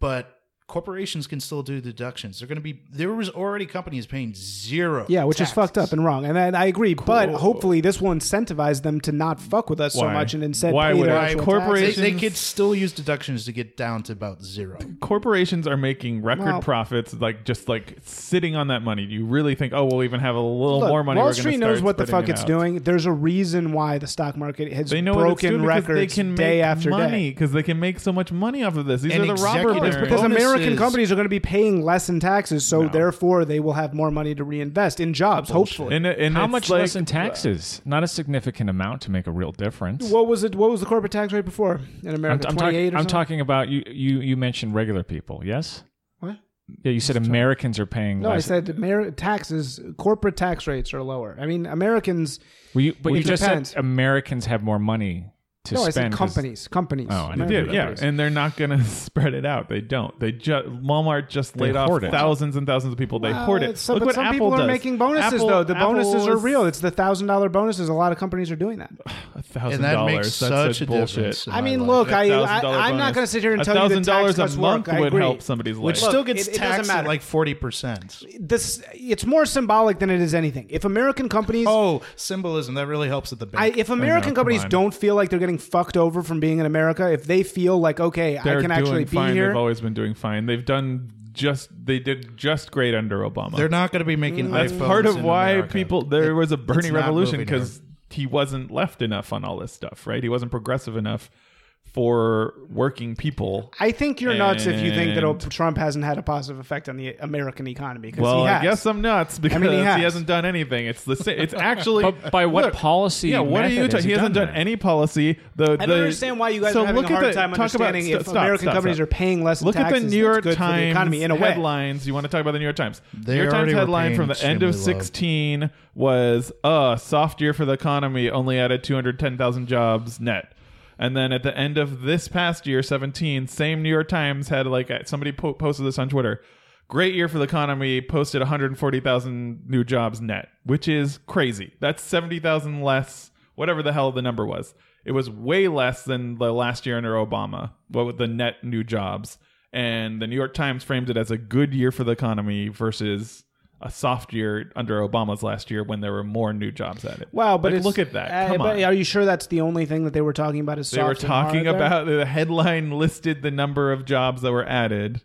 D: But corporations can still do deductions. They're going to be. There was already companies paying zero.
A: Yeah, which is
D: taxes.
A: fucked up and wrong. And I, I agree, but hopefully this will incentivize them to not fuck with us so
C: Why?
A: much and instead
C: Why
A: pay
C: would
A: their
C: I?
A: actual
D: They,
C: Corporation-
A: taxes.
D: they could still use deductions to get down to about zero.
C: corporations are making record
A: Well-
C: profits, like just like sitting on that money. Do you really think, oh, we'll even have a little
A: Look,
C: more money?
A: Wall
C: we're gonna
A: Street
C: start
A: knows what the
C: spreading
A: fuck
C: it
A: it's
C: out?
A: doing. There's a reason why the stock market has
C: They know what it's
A: broken
C: doing because
A: records
C: they can
A: day
C: make
A: after
C: money
A: day.
C: because they can make so much money off of this. These
D: And
C: are the robber
D: executives
C: barons.
A: Because
D: Bonuses-
A: American companies are going to be paying less in taxes, so therefore they will have more money to reinvest in jobs, hopefully.
C: and, and
B: How
C: it's
B: much
C: like, uh,
B: less in taxes? Not a significant amount to make a real difference.
A: what was it? What was the corporate tax rate before in
B: I'm,
A: America?
B: I'm,
A: Twenty eight.
B: talking, I'm talking about you, you. You mentioned regular people, yes?
A: What?
B: Yeah, you said Americans are paying.
A: No, I
B: less.
A: said Amer- taxes. Corporate tax rates are lower. I mean, Americans.
B: Well, you, but
A: Well,
B: you
A: it
B: just
A: depends.
B: said Americans have more money to
A: No, I said
B: spend 'cause-
A: companies. Companies.
B: Oh, I
A: My-
B: didn't
C: Yeah,
B: Yeah,
C: yeah,
B: that's-
C: and they're not going to spread it out. They don't. They just Walmart just laid off
B: hoard it.
C: thousands and thousands of people. They
A: Well,
C: hoard it.
A: it's- Uh, So,
C: Look
A: but
C: what
A: some
C: Apple
A: people are
C: does.
A: making bonuses
C: Apple-
A: though. The
C: Apple
A: bonuses are
C: is
A: real. It's the thousand dollar bonuses. A lot of companies are doing that.
C: A thousand
D: and that
C: dollars.
D: makes
C: That's
D: such a
C: bullshit.
D: difference. in
A: I
D: my
A: mean,
D: life.
A: look, I, I
C: $1,000
A: I'm not
C: bonus.
A: going to sit here and
C: A
A: tell you that
C: thousand
A: tax
C: dollars
A: cuts
C: a month
A: work. I
C: would
A: agree.
C: help somebody's
D: which
A: Look,
C: life.
D: still gets
A: it- it doesn't
D: taxed at
A: matter.
D: like forty percent.
A: This it's more symbolic than it is anything. If American companies
D: Oh, symbolism that really helps at the
A: I,
D: bank.
A: if American
C: come
A: companies
C: on.
A: don't feel like they're getting fucked over from being in America, if they feel like okay,
C: they're
A: I can
C: doing
A: actually be
C: fine.
A: here,
C: They've always been doing fine. They've done just. They did just great under Obama.
D: They're not going to be making.
C: That's
D: iPhones
C: part of
D: in
C: why
D: America.
C: people. There
D: It-
C: was a
D: it's
C: Bernie
D: not
C: revolution
D: moving here.
C: because he wasn't left enough on all this stuff. Right? He wasn't progressive enough for working people.
A: I think you're nuts if you think that
C: And-
A: Trump hasn't had a positive effect on the American economy. 'cause
C: Well,
A: he
C: I
A: has.
C: guess I'm nuts because
A: he
C: he,
A: has.
C: has. not done anything. It's the same. It's actually
B: But by what
C: Look,
B: policy?
C: Yeah, what are you?
B: method
C: Ta-
B: has
C: he hasn't done,
B: that?
C: any policy. The,
A: I don't understand why you guys
C: so
A: are having
C: look
A: a
C: at
A: hard
C: the-
A: time
C: talk about-
A: understanding
C: st-
A: if
C: stop,
A: American
C: stop,
A: companies
C: stop.
A: are paying less. in
C: Look at
A: taxes,
C: the New York
A: that's good for the
C: Times
A: economy in a way.
C: headlines. You want to talk about the New York Times?
D: They
C: New York Times
D: already were
C: headline
D: paying
C: from the end of
D: extremely low.
C: 16 was uh soft year for the economy, only added 210,000 jobs net. And then at the end of this past year, 17, same New York Times had like somebody po- posted this on Twitter. Great year for the economy, posted 140,000 new jobs net, which is crazy. That's 70,000 less, whatever the hell the number was. It was way less than the last year under Obama, what with the net new jobs. And the New York Times framed it as a good year for the economy versus a soft year under Obama's last year when there were more new jobs added.
A: Wow, but
C: Like,
A: it's-
C: look at that.
A: uh,
C: Come
A: but
C: on.
A: Are you sure that's the only thing that they were talking about? Is
C: They were
A: soft and hard
C: talking
A: there?
C: about the headline listed the number of jobs that were added,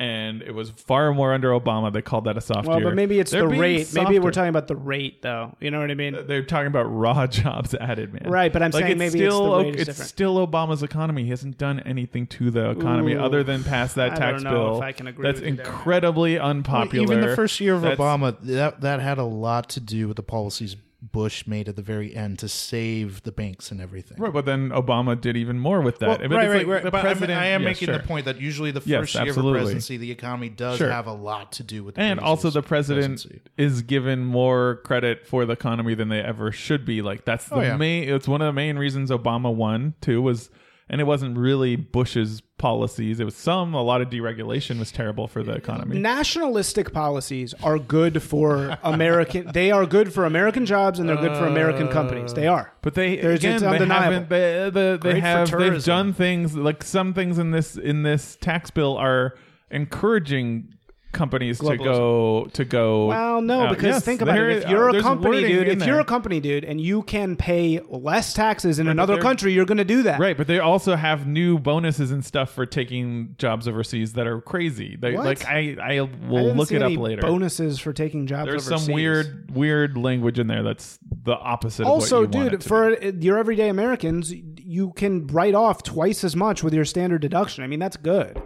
C: and it was far more under Obama. They called that a soft
A: Well,
C: year.
A: but maybe it's
C: They're
A: the
C: being
A: rate. Maybe we're
C: softer. Uh,
A: talking about the rate, though. You know what I mean?
C: They're talking about raw jobs added, man.
A: Right, but I'm saying maybe it's the
C: o-
A: rate is different.
C: still Obama's economy. He hasn't done anything to the economy
A: Ooh,
C: other than pass that
A: I
C: tax
A: don't know
C: bill.
A: if I can agree
C: that's
A: with you there.
C: incredibly unpopular.
D: Even the first year of
C: That's-
D: Obama, that that had a lot to do with the policies Bush made at the very end to save the banks and everything.
C: Right, but then Obama did even more with
D: Well,
C: that.
D: right,
C: But it's
D: right,
C: like
D: right.
C: the
D: But I mean,
C: president-
D: I am
C: yeah,
D: making
C: sure.
D: the point that usually the first
C: Yes,
D: year
C: absolutely.
D: of a presidency, the economy does
C: Sure.
D: have a lot to do with. The
C: And
D: previous
C: also, the president
D: presidency.
C: is given more credit for the economy than they ever should be. Like that's the
D: Oh, yeah.
C: main. It's one of the main reasons Obama won too. Was and it wasn't really Bush's policies. It was some. A lot of deregulation was terrible for the economy.
A: Nationalistic policies are good for American. they are good for American jobs and they're good for American companies. They are.
C: But they
A: There's-
C: again,
A: it's
C: they
A: undeniable.
C: haven't. They, the,
D: Great
C: they
D: for
C: have. They've
D: tourism.
C: done things like some things in this in this tax bill are encouraging companies to go to go.
A: Well, no,
C: out.
A: because
C: Yes,
A: think about
C: there- uh,
A: it. If you're a
C: there's
A: company,
C: wording
A: dude,
C: in
A: if
C: there.
A: you're a company, dude, and you can pay less taxes in another
C: they're-
A: country, you're going to do that.
C: Right, but they also have new bonuses and stuff for taking jobs overseas that are crazy. They,
A: What?
C: Like I, I
A: I
C: will
A: didn't
C: look
A: see
C: it up
A: any
C: later.
A: Bonuses for taking jobs.
C: There's
A: overseas.
C: some weird, weird language in there that's the opposite.
A: Also,
C: of what you want it
A: dude,
C: to
A: for uh, your everyday Americans, you can write off twice as much with your standard deduction. I mean, that's good.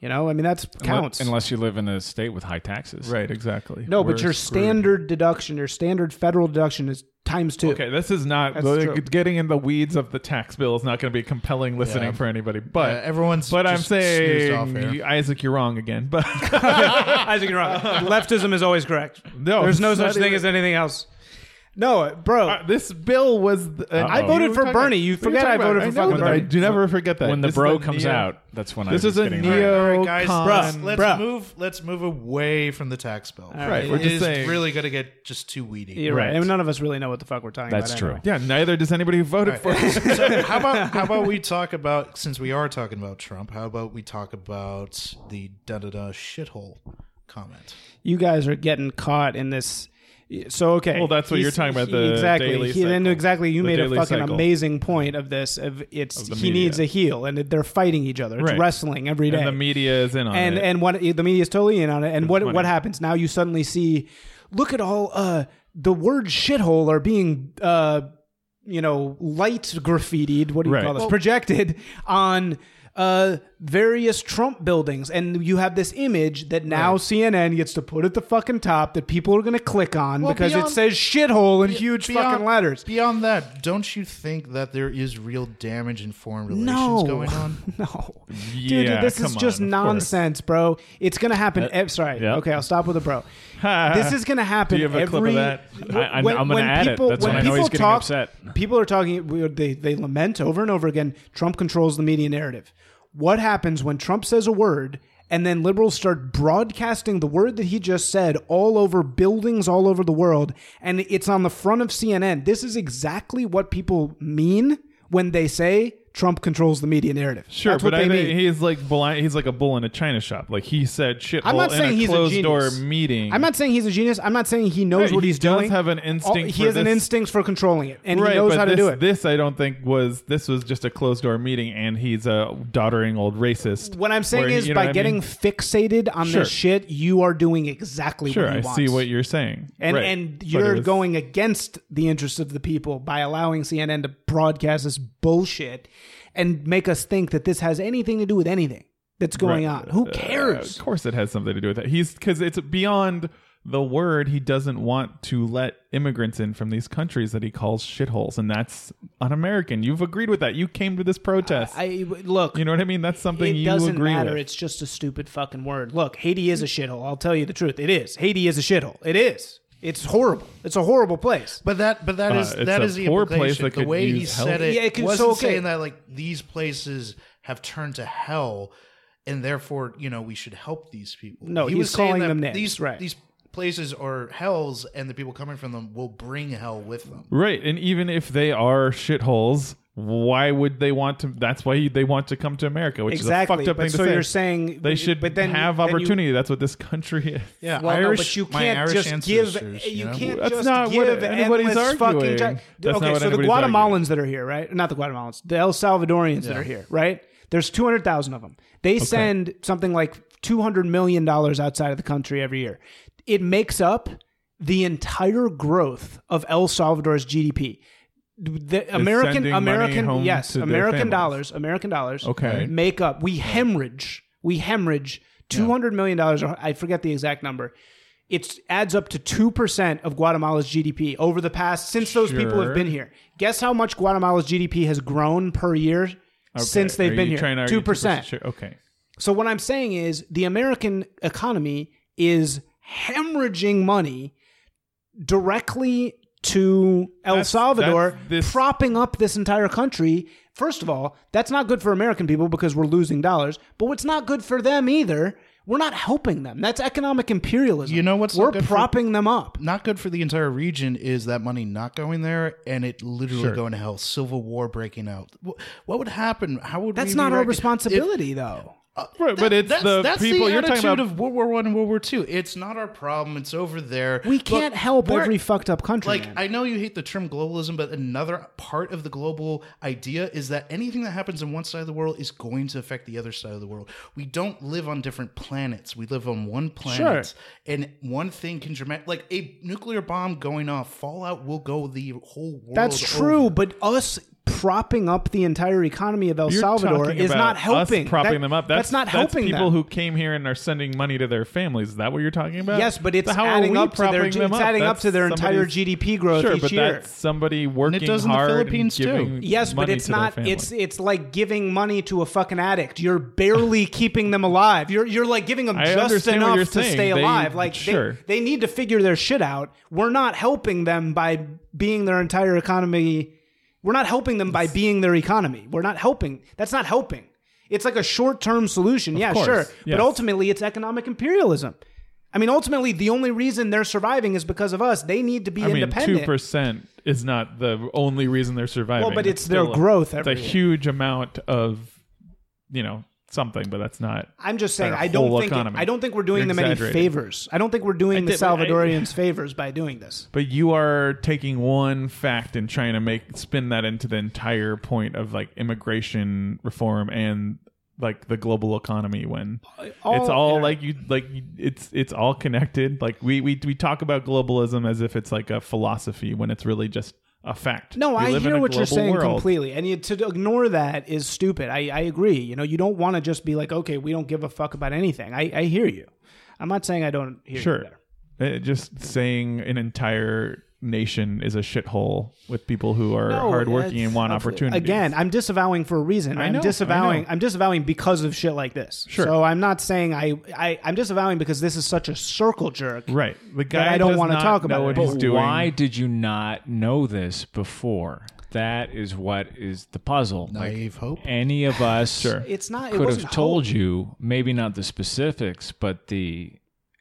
A: You know, I mean, that's counts.
B: Unless you live in a state with high taxes.
C: be. right, exactly.
A: no,
C: We're
A: but your
C: screwed.
A: standard deduction, your standard federal deduction is times two.
C: Okay, this is not
A: That's
C: like,
A: true.
C: getting in the weeds of the tax bill is not going to be compelling listening
D: Yeah.
C: for anybody. But
D: Yeah, everyone's
C: But I'm
D: just snoozed off
C: saying,
D: here.
C: you- Isaac, you're wrong again. But
A: Isaac, you're wrong. Leftism is always correct.
C: No,
A: there's no
C: it's
A: such
C: not
A: thing
C: even- Uh,
A: as anything else. No, bro.
C: this bill was. uh, the- an-
A: I voted
C: were
A: for
C: talking
A: Bernie.
C: about-
A: You
C: we were
A: forget
C: talking
A: I
C: about-
A: voted
C: I
A: for
C: know
A: fucking
C: that. I
A: Bernie.
C: do never forget that.
B: When the
C: This is
B: bro
C: a
B: comes
C: neo-
B: out, that's when I
C: This
B: was
C: is a
B: getting
C: neo-
B: mad.
D: All right, guys,
C: Con-
D: let's, let's
A: Bruh.
D: move. Let's move away from the tax bill.
A: right,
D: It
C: we're just
D: is
C: saying-
D: really going to get just too weedy.
A: You're right.
B: Right.
A: I mean, none of us really know what the fuck we're talking
B: That's
A: about.
B: true.
A: anyway.
C: Yeah, neither does anybody who voted for. it.
D: so how about how about we talk about since we are talking about Trump? How about we talk about the da da da shithole comment?
A: You guys are getting caught in this. So okay.
C: Well, that's what
A: He's-
C: you're talking about,
A: he-
C: the
A: exactly.
C: Daily
A: he, and
C: Cycle.
A: exactly. You
C: The
A: made a
C: Daily
A: fucking
C: Cycle.
A: amazing point of this. Of it's
C: the
A: he
C: media.
A: needs a heel, and they're fighting each other. It's
C: Right.
A: wrestling every day.
C: And the media is in on
A: and
C: it.
A: and what the media is totally in on it. And what
C: funny.
A: what happens now? You suddenly see, look at all uh, the word shithole are being uh, you know light graffitied. What do you
C: Right.
A: call this?
C: Well-
A: Projected on uh, various Trump buildings, and you have this image that now CNN gets to put at the fucking top that people are going to click on
D: Well,
A: because
D: beyond-
A: it says shithole in huge
D: Beyond-
A: fucking letters.
D: Beyond that, don't you think that there is real damage in foreign relations
A: No.
D: going on?
A: No,
C: Yeah,
A: dude, this is
C: come
A: just
C: on, of course.
A: nonsense, bro. It's gonna happen. ev- sorry,
B: yeah.
A: okay, I'll stop with a bro. this is gonna happen.
C: Do you have a
A: every,
C: clip of that?
B: I, I, I'm going to add it. That's
A: when
B: when I know
A: people
B: he's getting
A: talk-
B: upset.
A: People are talking. we- They they lament over and over again. Trump controls the media narrative. What happens when Trump says a word? And then liberals start broadcasting the word that he just said all over buildings all over the world. And it's on the front of CNN. This is exactly what people mean when they say Trump controls the media narrative.
C: Sure,
A: That's
C: but
A: what
C: I
A: they
C: think
A: mean.
C: he's like blind. He's like a bull in a china shop. Like he said, shit.
A: I'm not
C: hole
A: saying
C: in a
A: he's a
C: closed door
A: genius.
C: meeting.
A: I'm not saying he's a genius. I'm not saying he knows
C: Right,
A: what
C: he
A: he's
C: does
A: doing.
C: have an instinct
A: All- he
C: for
A: has an
C: this.
A: instinct for controlling it, and
C: right,
A: he knows
C: but
A: how to
C: this,
A: do it.
C: This I don't think was. This was just a closed door meeting, and he's a doddering old racist.
A: what I'm saying
C: where,
A: is,
C: you know
A: by
C: what I
A: getting
C: mean?
A: fixated on
C: Sure.
A: this shit, you are doing exactly
C: sure,
A: what he
C: I
A: wants.
C: see what you're saying,
A: and
C: Right.
A: and
C: But it
A: you're
C: was-
A: going against the interests of the people by allowing CNN to broadcast this bullshit and make us think that this has anything to do with anything that's going
C: Right.
A: on. Who
C: Uh,
A: cares?
C: of course, it has something to do with that. He's because it's beyond the word. He doesn't want to let immigrants in from these countries that he calls shitholes, and that's un-American. You've agreed with that. You came to this protest.
A: I look.
C: you know what I mean? That's something
A: it
C: you
A: doesn't
C: agree
A: matter.
C: with.
A: It's just a stupid fucking word. Look, Haiti is a shithole. I'll tell you the truth. It is. Haiti is a shithole. It is. It's horrible. It's a horrible place.
D: But that, but that
C: Uh,
D: is
C: it's
D: that
C: a
D: is the
C: poor place
D: implication.
C: that
D: the
C: could
D: way he
C: use help.
D: said it,
A: Yeah, it can-
D: wasn't
A: so, okay.
D: saying that like these places have turned to hell, and therefore you know we should help these people.
A: No, he was
D: saying
A: calling
D: that
A: them names,
D: These
A: right.
D: these places are hells, and the people coming from them will bring hell with them.
C: Right, and even if they are shitholes, why would they want to? That's why they want to come to America, which
A: Exactly.
C: is a fucked up
A: But
C: thing
A: so
C: to say.
A: you're saying-
C: they should
A: but then-
C: have
A: then you-
C: opportunity. that's what this country is.
D: Yeah,
A: Well, no,
D: Irish,
A: but you
D: my
A: can't
D: Irish
A: just give. uh,
D: ancestors,
A: You
D: know?
A: can't
C: That's
A: just
C: not what
A: give
C: anybody's
A: endless fucking. jo-
C: arguing. That's
A: okay,
C: not what
A: so the
C: anybody's
A: Guatemalans
C: arguing.
A: that are here, right? Not the Guatemalans, the El Salvadorians that are here, right? There's 200,000 of them. They send something like 200 million dollars outside of the country every year. It makes up the entire growth of El Salvador's GDP. The American
C: sending money
A: American
C: home
A: yes,
C: to their
A: American
C: families.
A: dollars, American dollars
C: Okay.
A: make up. We hemorrhage. We hemorrhage two hundred million dollars. I forget the exact number. It adds up to two percent of Guatemala's GDP over the past since those people have
C: Sure.
A: been here. Guess how much Guatemala's GDP has grown per year since
C: Okay,
A: they've
C: are
A: been
C: you trying to
A: here?
C: argue
A: Two percent.
C: Sure, Okay,
A: So what I'm saying is the American economy is hemorrhaging money directly to El
C: That's-
A: Salvador,
C: that's this-
A: propping up this entire country. First of all, that's not good for American people because we're losing dollars, but it's not good for them either. We're not helping them. That's economic imperialism.
D: You know what's not
A: we're
D: good for-
A: propping them up.
D: not good for the entire region is that money not going there and it literally going to hell, civil war breaking out. Wh- What would happen? How would
A: That's
D: we
A: not our
D: react if-
A: responsibility, though.
C: right, but it's
D: that's,
C: the
D: that's
C: people
D: the
C: you're
D: attitude
C: talking about.
D: of World War One and World War Two. It's not our problem. It's over there.
A: We
D: Look,
A: can't help
D: we're-
A: every fucked up country.
D: Like
A: man.
D: I know you hate the term globalism, but another part of the global idea is that anything that happens in one side of the world is going to affect the other side of the world. We don't live on different planets. We live on one planet, and one thing can dramatic like a nuclear bomb going off. Fallout will go the whole world.
A: That's true,
D: over.
A: but us propping up the entire economy of El
C: You're
A: Salvador
C: talking
A: is
C: about
A: not helping.
C: Us propping
A: That-
C: them up.
A: That's, not helping
C: people
A: them.
C: who came here and are sending money to their families. Is that what you're talking about?
A: Yes, but it's
C: How are
A: adding
C: we
A: up to their
C: propping
A: it's
C: them
A: adding up
C: That's
A: to their entire
C: somebody's-
A: GDP growth
C: Sure,
A: each
C: but
A: year.
C: that's somebody working
D: does in the
C: hard
D: Philippines, too.
C: and giving
A: Yes, but
C: money
A: it's
C: to their
A: not.
C: family.
A: It's it's like giving money to a fucking addict. You're barely keeping them alive. You're you're like giving them
C: I
A: just
C: understand what
A: enough
C: you're
A: to
C: saying.
A: stay
C: They-
A: alive. Like
C: sure.
A: they, they need to figure their shit out. We're not helping them by being their entire economy. We're not helping them by being their economy. We're not helping. That's not helping. It's like a short term solution. yeah,
C: course.
A: sure. But
C: Yes.
A: ultimately, it's economic imperialism. I mean, ultimately, the only reason they're surviving is because of us. They need to be
C: I mean,
A: independent.
C: two percent is not the only reason they're surviving.
A: Well, but it's their
C: still a-
A: growth
C: It's a
A: every year.
C: huge amount of, you know, something, but that's not.
A: I'm just saying
C: their
A: I don't
C: whole
A: think
C: economy.
A: I don't think we're doing
C: You're
A: them any
C: exaggerating.
A: favors. I don't think we're doing the
C: did, but I-
A: Salvadorians favors by doing this.
C: But you are taking one fact and trying to make spin that into the entire point of like immigration reform and like the global economy when it's all like you like you- it's it's all connected like we, we we talk about globalism as if it's like a philosophy when it's really just a fact.
A: No,
C: We
A: I
C: live in
A: hear
C: a
A: what you're
C: global
A: saying
C: world.
A: completely. And you, to ignore that is stupid. I, I agree. You know, you don't want to just be like, okay, we don't give a fuck about anything. I, I hear you. I'm not saying I don't hear you.
C: Sure.
A: Better.
C: Uh, just saying an entire nation is a shithole with people who are
A: No,
C: hardworking
A: that's-
C: and want
A: that's-
C: opportunities.
A: Again, I'm disavowing for a reason. I'm
C: know, I
A: disavowing.
C: know.
A: I'm disavowing because of shit like this.
C: Sure.
A: So I'm not saying I, I. I'm disavowing because this is such a circle jerk.
C: right? The guy
A: I don't
C: does
A: wanna
C: not
A: talk
C: know
A: about
C: what
A: it.
C: he's
B: But
C: doing.
B: Why did you not know this before? That is what is the puzzle.
D: Naive hope.
B: Any of us
C: Sure.
A: It's not. it
B: could
A: wasn't
B: have told
A: hope.
B: you, maybe not the specifics, but the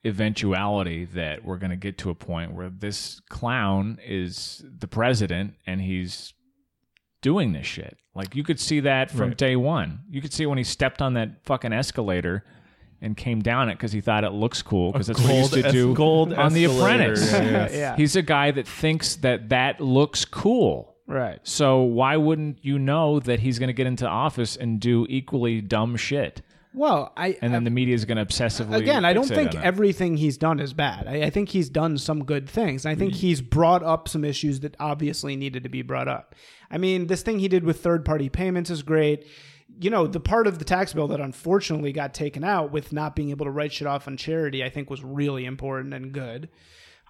B: eventuality that we're going to get to a point where this clown is the president and he's doing this shit. Like you could see that from
C: Right.
B: day one. You could see when he stepped on that fucking escalator and came down it because he thought it looks cool because that's what he used
C: gold
B: to do
C: es- gold
B: on The
C: escalator.
B: Apprentice.
C: Yeah, yeah.
A: Yeah.
B: He's a guy that thinks that that looks cool.
A: right.
B: So why wouldn't you know that he's going to get into office and do equally dumb shit?
A: Well, I.
B: And then the media is going to obsessively
A: again, I don't
B: fixate
A: think
B: on it.
A: everything he's done is bad. I, I think he's done some good things. I think he's brought up some issues that obviously needed to be brought up. I mean, this thing he did with third party payments is great. You know, the part of the tax bill that unfortunately got taken out with not being able to write shit off on charity, I think was really important and good.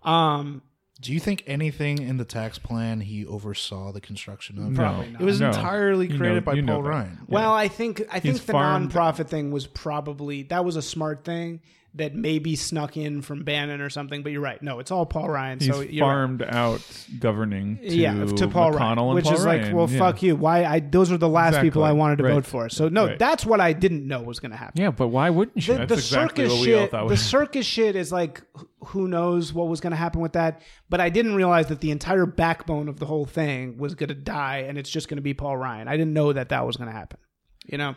A: Um,
D: Do you think anything in the tax plan he oversaw the construction of?
C: Probably not.
D: It was
C: No.
D: entirely
C: You know-
D: created by
C: you know
D: Paul
C: that.
D: Ryan.
A: Well, I think I think
C: He's
A: the
C: farmed-
A: nonprofit thing was probably that was a smart thing that maybe snuck in from Bannon or something. But you're right. No, it's all Paul Ryan.
C: He's
A: so you're right.
C: farmed out governing to,
A: yeah, to Paul
C: McConnell
A: Ryan,
C: and
A: which
C: Paul
A: is like,
C: Ryan.
A: well,
C: Yeah.
A: fuck you. Why? I those are the last people I
C: Exactly.
A: wanted to
C: Right.
A: vote for. So no,
C: Right.
A: that's what I didn't know was going to happen.
B: Yeah, but why wouldn't you?
A: The,
C: That's
A: the
C: exactly
A: circus
C: what we all
A: shit.
C: thought
A: The
C: was-
A: circus shit is like, wh- who knows what was going to happen with that? But I didn't realize that the entire backbone of the whole thing was going to die, and it's just going to be Paul Ryan. I didn't know that that was going to happen. You know,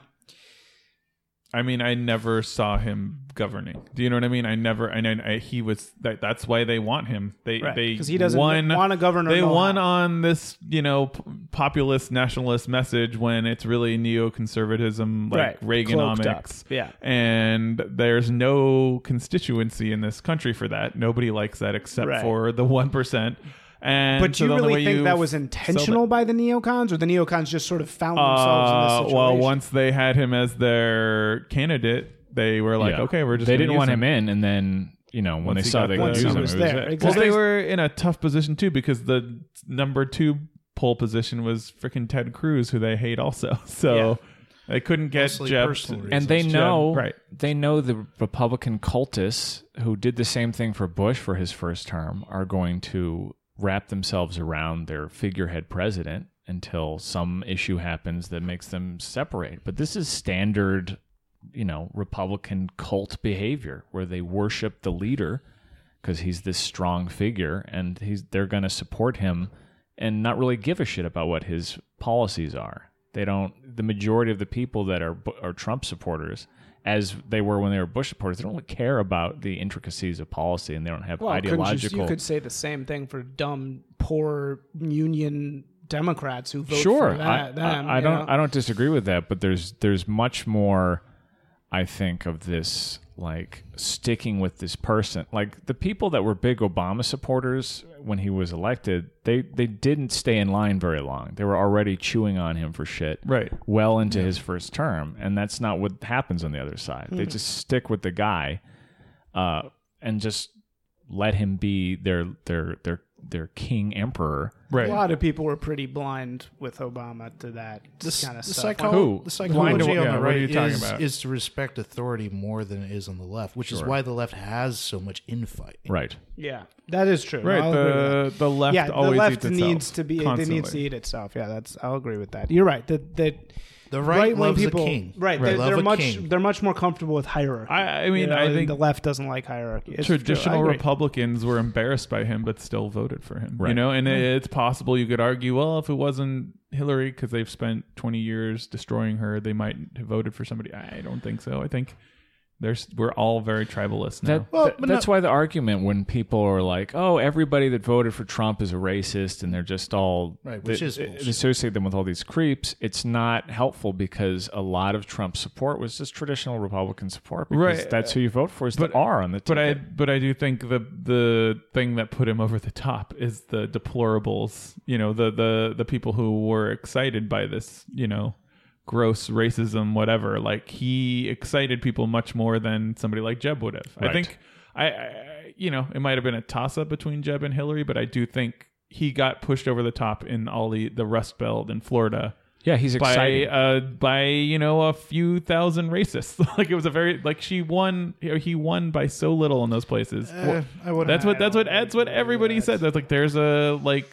C: I mean, I never saw him governing. Do you know what I mean? I never. I, I, I he was. That, that's why they want him. They
A: Right.
C: they
A: 'Cause he doesn't
C: won,
A: wanna govern or
C: They
A: know how.
C: won on this, you know, p- populist nationalist message when it's really neoconservatism, like
A: Right. Cloaked up.
C: Reaganomics.
A: Yeah.
C: and there's no constituency in this country for that. Nobody likes that except
A: Right.
C: for the one percent. And
A: but
C: so
A: you
C: the only way
A: really think
C: you
A: that was
C: sell
A: intentional by the neocons, or the neocons just sort of found themselves in this
C: Uh,
A: situation?
C: well, once they had him as their candidate, they were like,
B: Yeah.
C: okay, we're just.
B: They
C: gonna
B: didn't
C: use
B: want
C: him
B: him in, and then you know when
C: Once
B: they
C: he
B: saw
C: got
B: they
C: there,
B: could
A: he
B: use him,
A: was
B: it
A: there.
B: it.
A: Exactly.
C: Well, they
A: Because-
C: were in a tough position too because the number two poll position was freaking Ted Cruz, who they hate also. So they couldn't get
D: Mostly
C: Jeb.
D: personal
C: to-
D: reasons.
B: and they
C: Jeb-
B: know
C: right?
B: they know the republican cultists who did the same thing for bush for his first term are going to wrap themselves around their figurehead president until some issue happens that makes them separate but this is standard you know republican cult behavior where they worship the leader because he's this strong figure and he's they're going to support him and not really give a shit about what his policies are. They don't. The majority of the people that are Bu- are Trump supporters, as they were when they were Bush supporters, they don't really care about the intricacies of policy and they don't have
A: Oh, couldn't
B: ideological.
A: You, you could say the same thing for dumb, poor union Democrats who vote
B: sure,
A: for that,
B: I,
A: them.
B: I, I
A: you
B: don't.
A: know?
B: I don't disagree with that, but there's there's much more. I think of this like sticking with this person. Like the people that were big Obama supporters when he was elected, they they didn't stay in line very long. They were already chewing on him for shit.
C: Right.
B: Well into his first term, and that's not what happens on the other side. They
A: Hmm.
B: just stick with the guy uh and just let him be their their their their king emperor.
C: Right.
A: A lot of people were pretty blind with Obama to that
D: the,
A: kind of
D: the,
A: stuff.
D: psycholo-
B: Who?
D: the
C: Blind
D: psychology
C: to what- yeah,
D: on the
C: what are
D: right
C: you talking
D: is,
C: about?
D: is to respect authority more than it is on the left, which is why the left has so much infighting.
B: Right.
A: yeah, that is true.
C: Right.
A: I'll agree with that.
C: The the left
A: yeah, the
C: always
A: left
C: eats itself
A: needs to be it
C: constantly.
A: needs to eat itself. Yeah, that's I'll agree with that. You're right. The the
D: The right,
A: right wing
D: loves
A: people
D: a king.
A: right,
D: They
A: they're,
D: love
A: they're
D: a
A: much
D: king.
A: they're much more comfortable with hierarchy.
C: I, I mean,
A: You know,
C: I think
A: the left doesn't like hierarchy. It's true. I
C: traditional
A: agree.
C: Republicans were embarrassed by him, but still voted for him. You
B: Right.
C: know, and it's possible you could argue, well, if it wasn't Hillary, because they've spent 20 years destroying her, they might have voted for somebody. I don't think so. I think There's we're all very tribalist now.
B: That, th- that's why the argument when people are like, "Oh, everybody that voted for Trump is a racist," and they're just all
D: Right, which
B: they-
D: is
B: they
D: bullshit.
B: associate them with all these creeps. It's not helpful because a lot of Trump's support was just traditional Republican support. Because
C: Right. uh,
B: That's who you vote for is the R on the ticket.
C: but I but I do think the the thing that put him over the top is the deplorables. You know, the the the people who were excited by this. You know, gross racism, whatever. Like he excited people much more than somebody like Jeb would have. I
B: Right.
C: think I, I you know it might have been a toss up between Jeb and Hillary, but I do think he got pushed over the top in all the the Rust Belt in Florida.
B: yeah, he's
C: by
B: exciting.
C: uh by you know a few thousand racists like it was a very like she won or he won by so little in those places
D: Eh, I wouldn't-
C: that's
D: I
C: what that's
D: don't
C: what that's what
D: agree with
C: everybody
D: that.
C: said that's like there's a like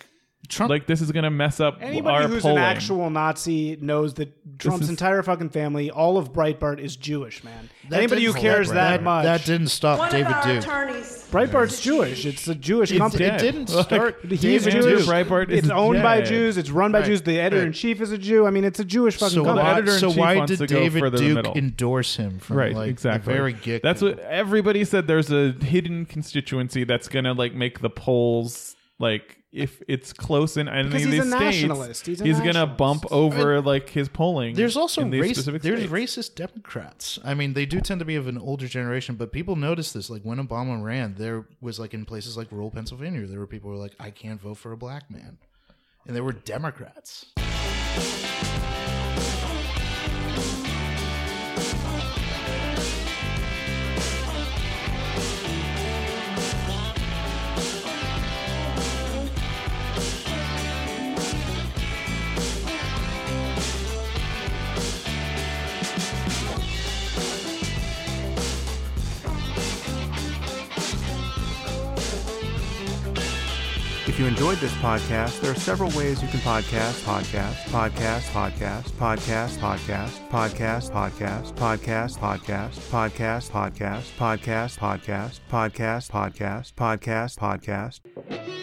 D: Trump-
C: like this is gonna mess up
A: Anybody
C: our
A: who's
C: polling.
A: an actual Nazi knows that Trump's
C: is-
A: entire fucking family, all of Breitbart, is Jewish, man.
D: That
A: Anybody who
D: didn't-
A: cares that, much,
D: That didn't stop
E: One
D: David
E: of our
D: Duke.
E: attorneys
A: Breitbart's Jewish. It's a Jewish company.
D: It didn't start.
A: He's
D: David
A: Jewish.
D: Duke.
C: Breitbart
A: it's
C: is
A: owned by
C: dead.
A: Jews. It's run by
D: Right.
A: Jews. The editor in chief is a Jew. I mean, it's a Jewish fucking
D: So
A: company.
D: why,
C: editor-in-chief
D: so why
C: wants
D: did
C: to go
D: David
C: further than
D: Duke
C: middle.
D: endorse him from
C: right
D: like,
C: exactly
D: the very get
C: that's what everybody said there's a hidden constituency that's gonna like make the polls like if it's close in any
A: Because
C: of
A: he's
C: these
A: a
C: states,
A: nationalist. He's a
C: gonna
A: nationalist.
C: bump over like his polling.
D: There's also
C: in these
D: race,
C: specific
D: there's
C: states.
D: racist Democrats. I mean, they do tend to be of an older generation, but people notice this. Like when Obama ran, there was like in places like rural Pennsylvania, there were people who were like, "I can't vote for a black man," and they were Democrats.
F: If you enjoyed this podcast, there are several ways you can podcast, podcast, podcast, podcast, podcast, podcast, podcast, podcast, podcast, podcast, podcast, podcast, podcast, podcast, podcast, podcast, podcast, podcast.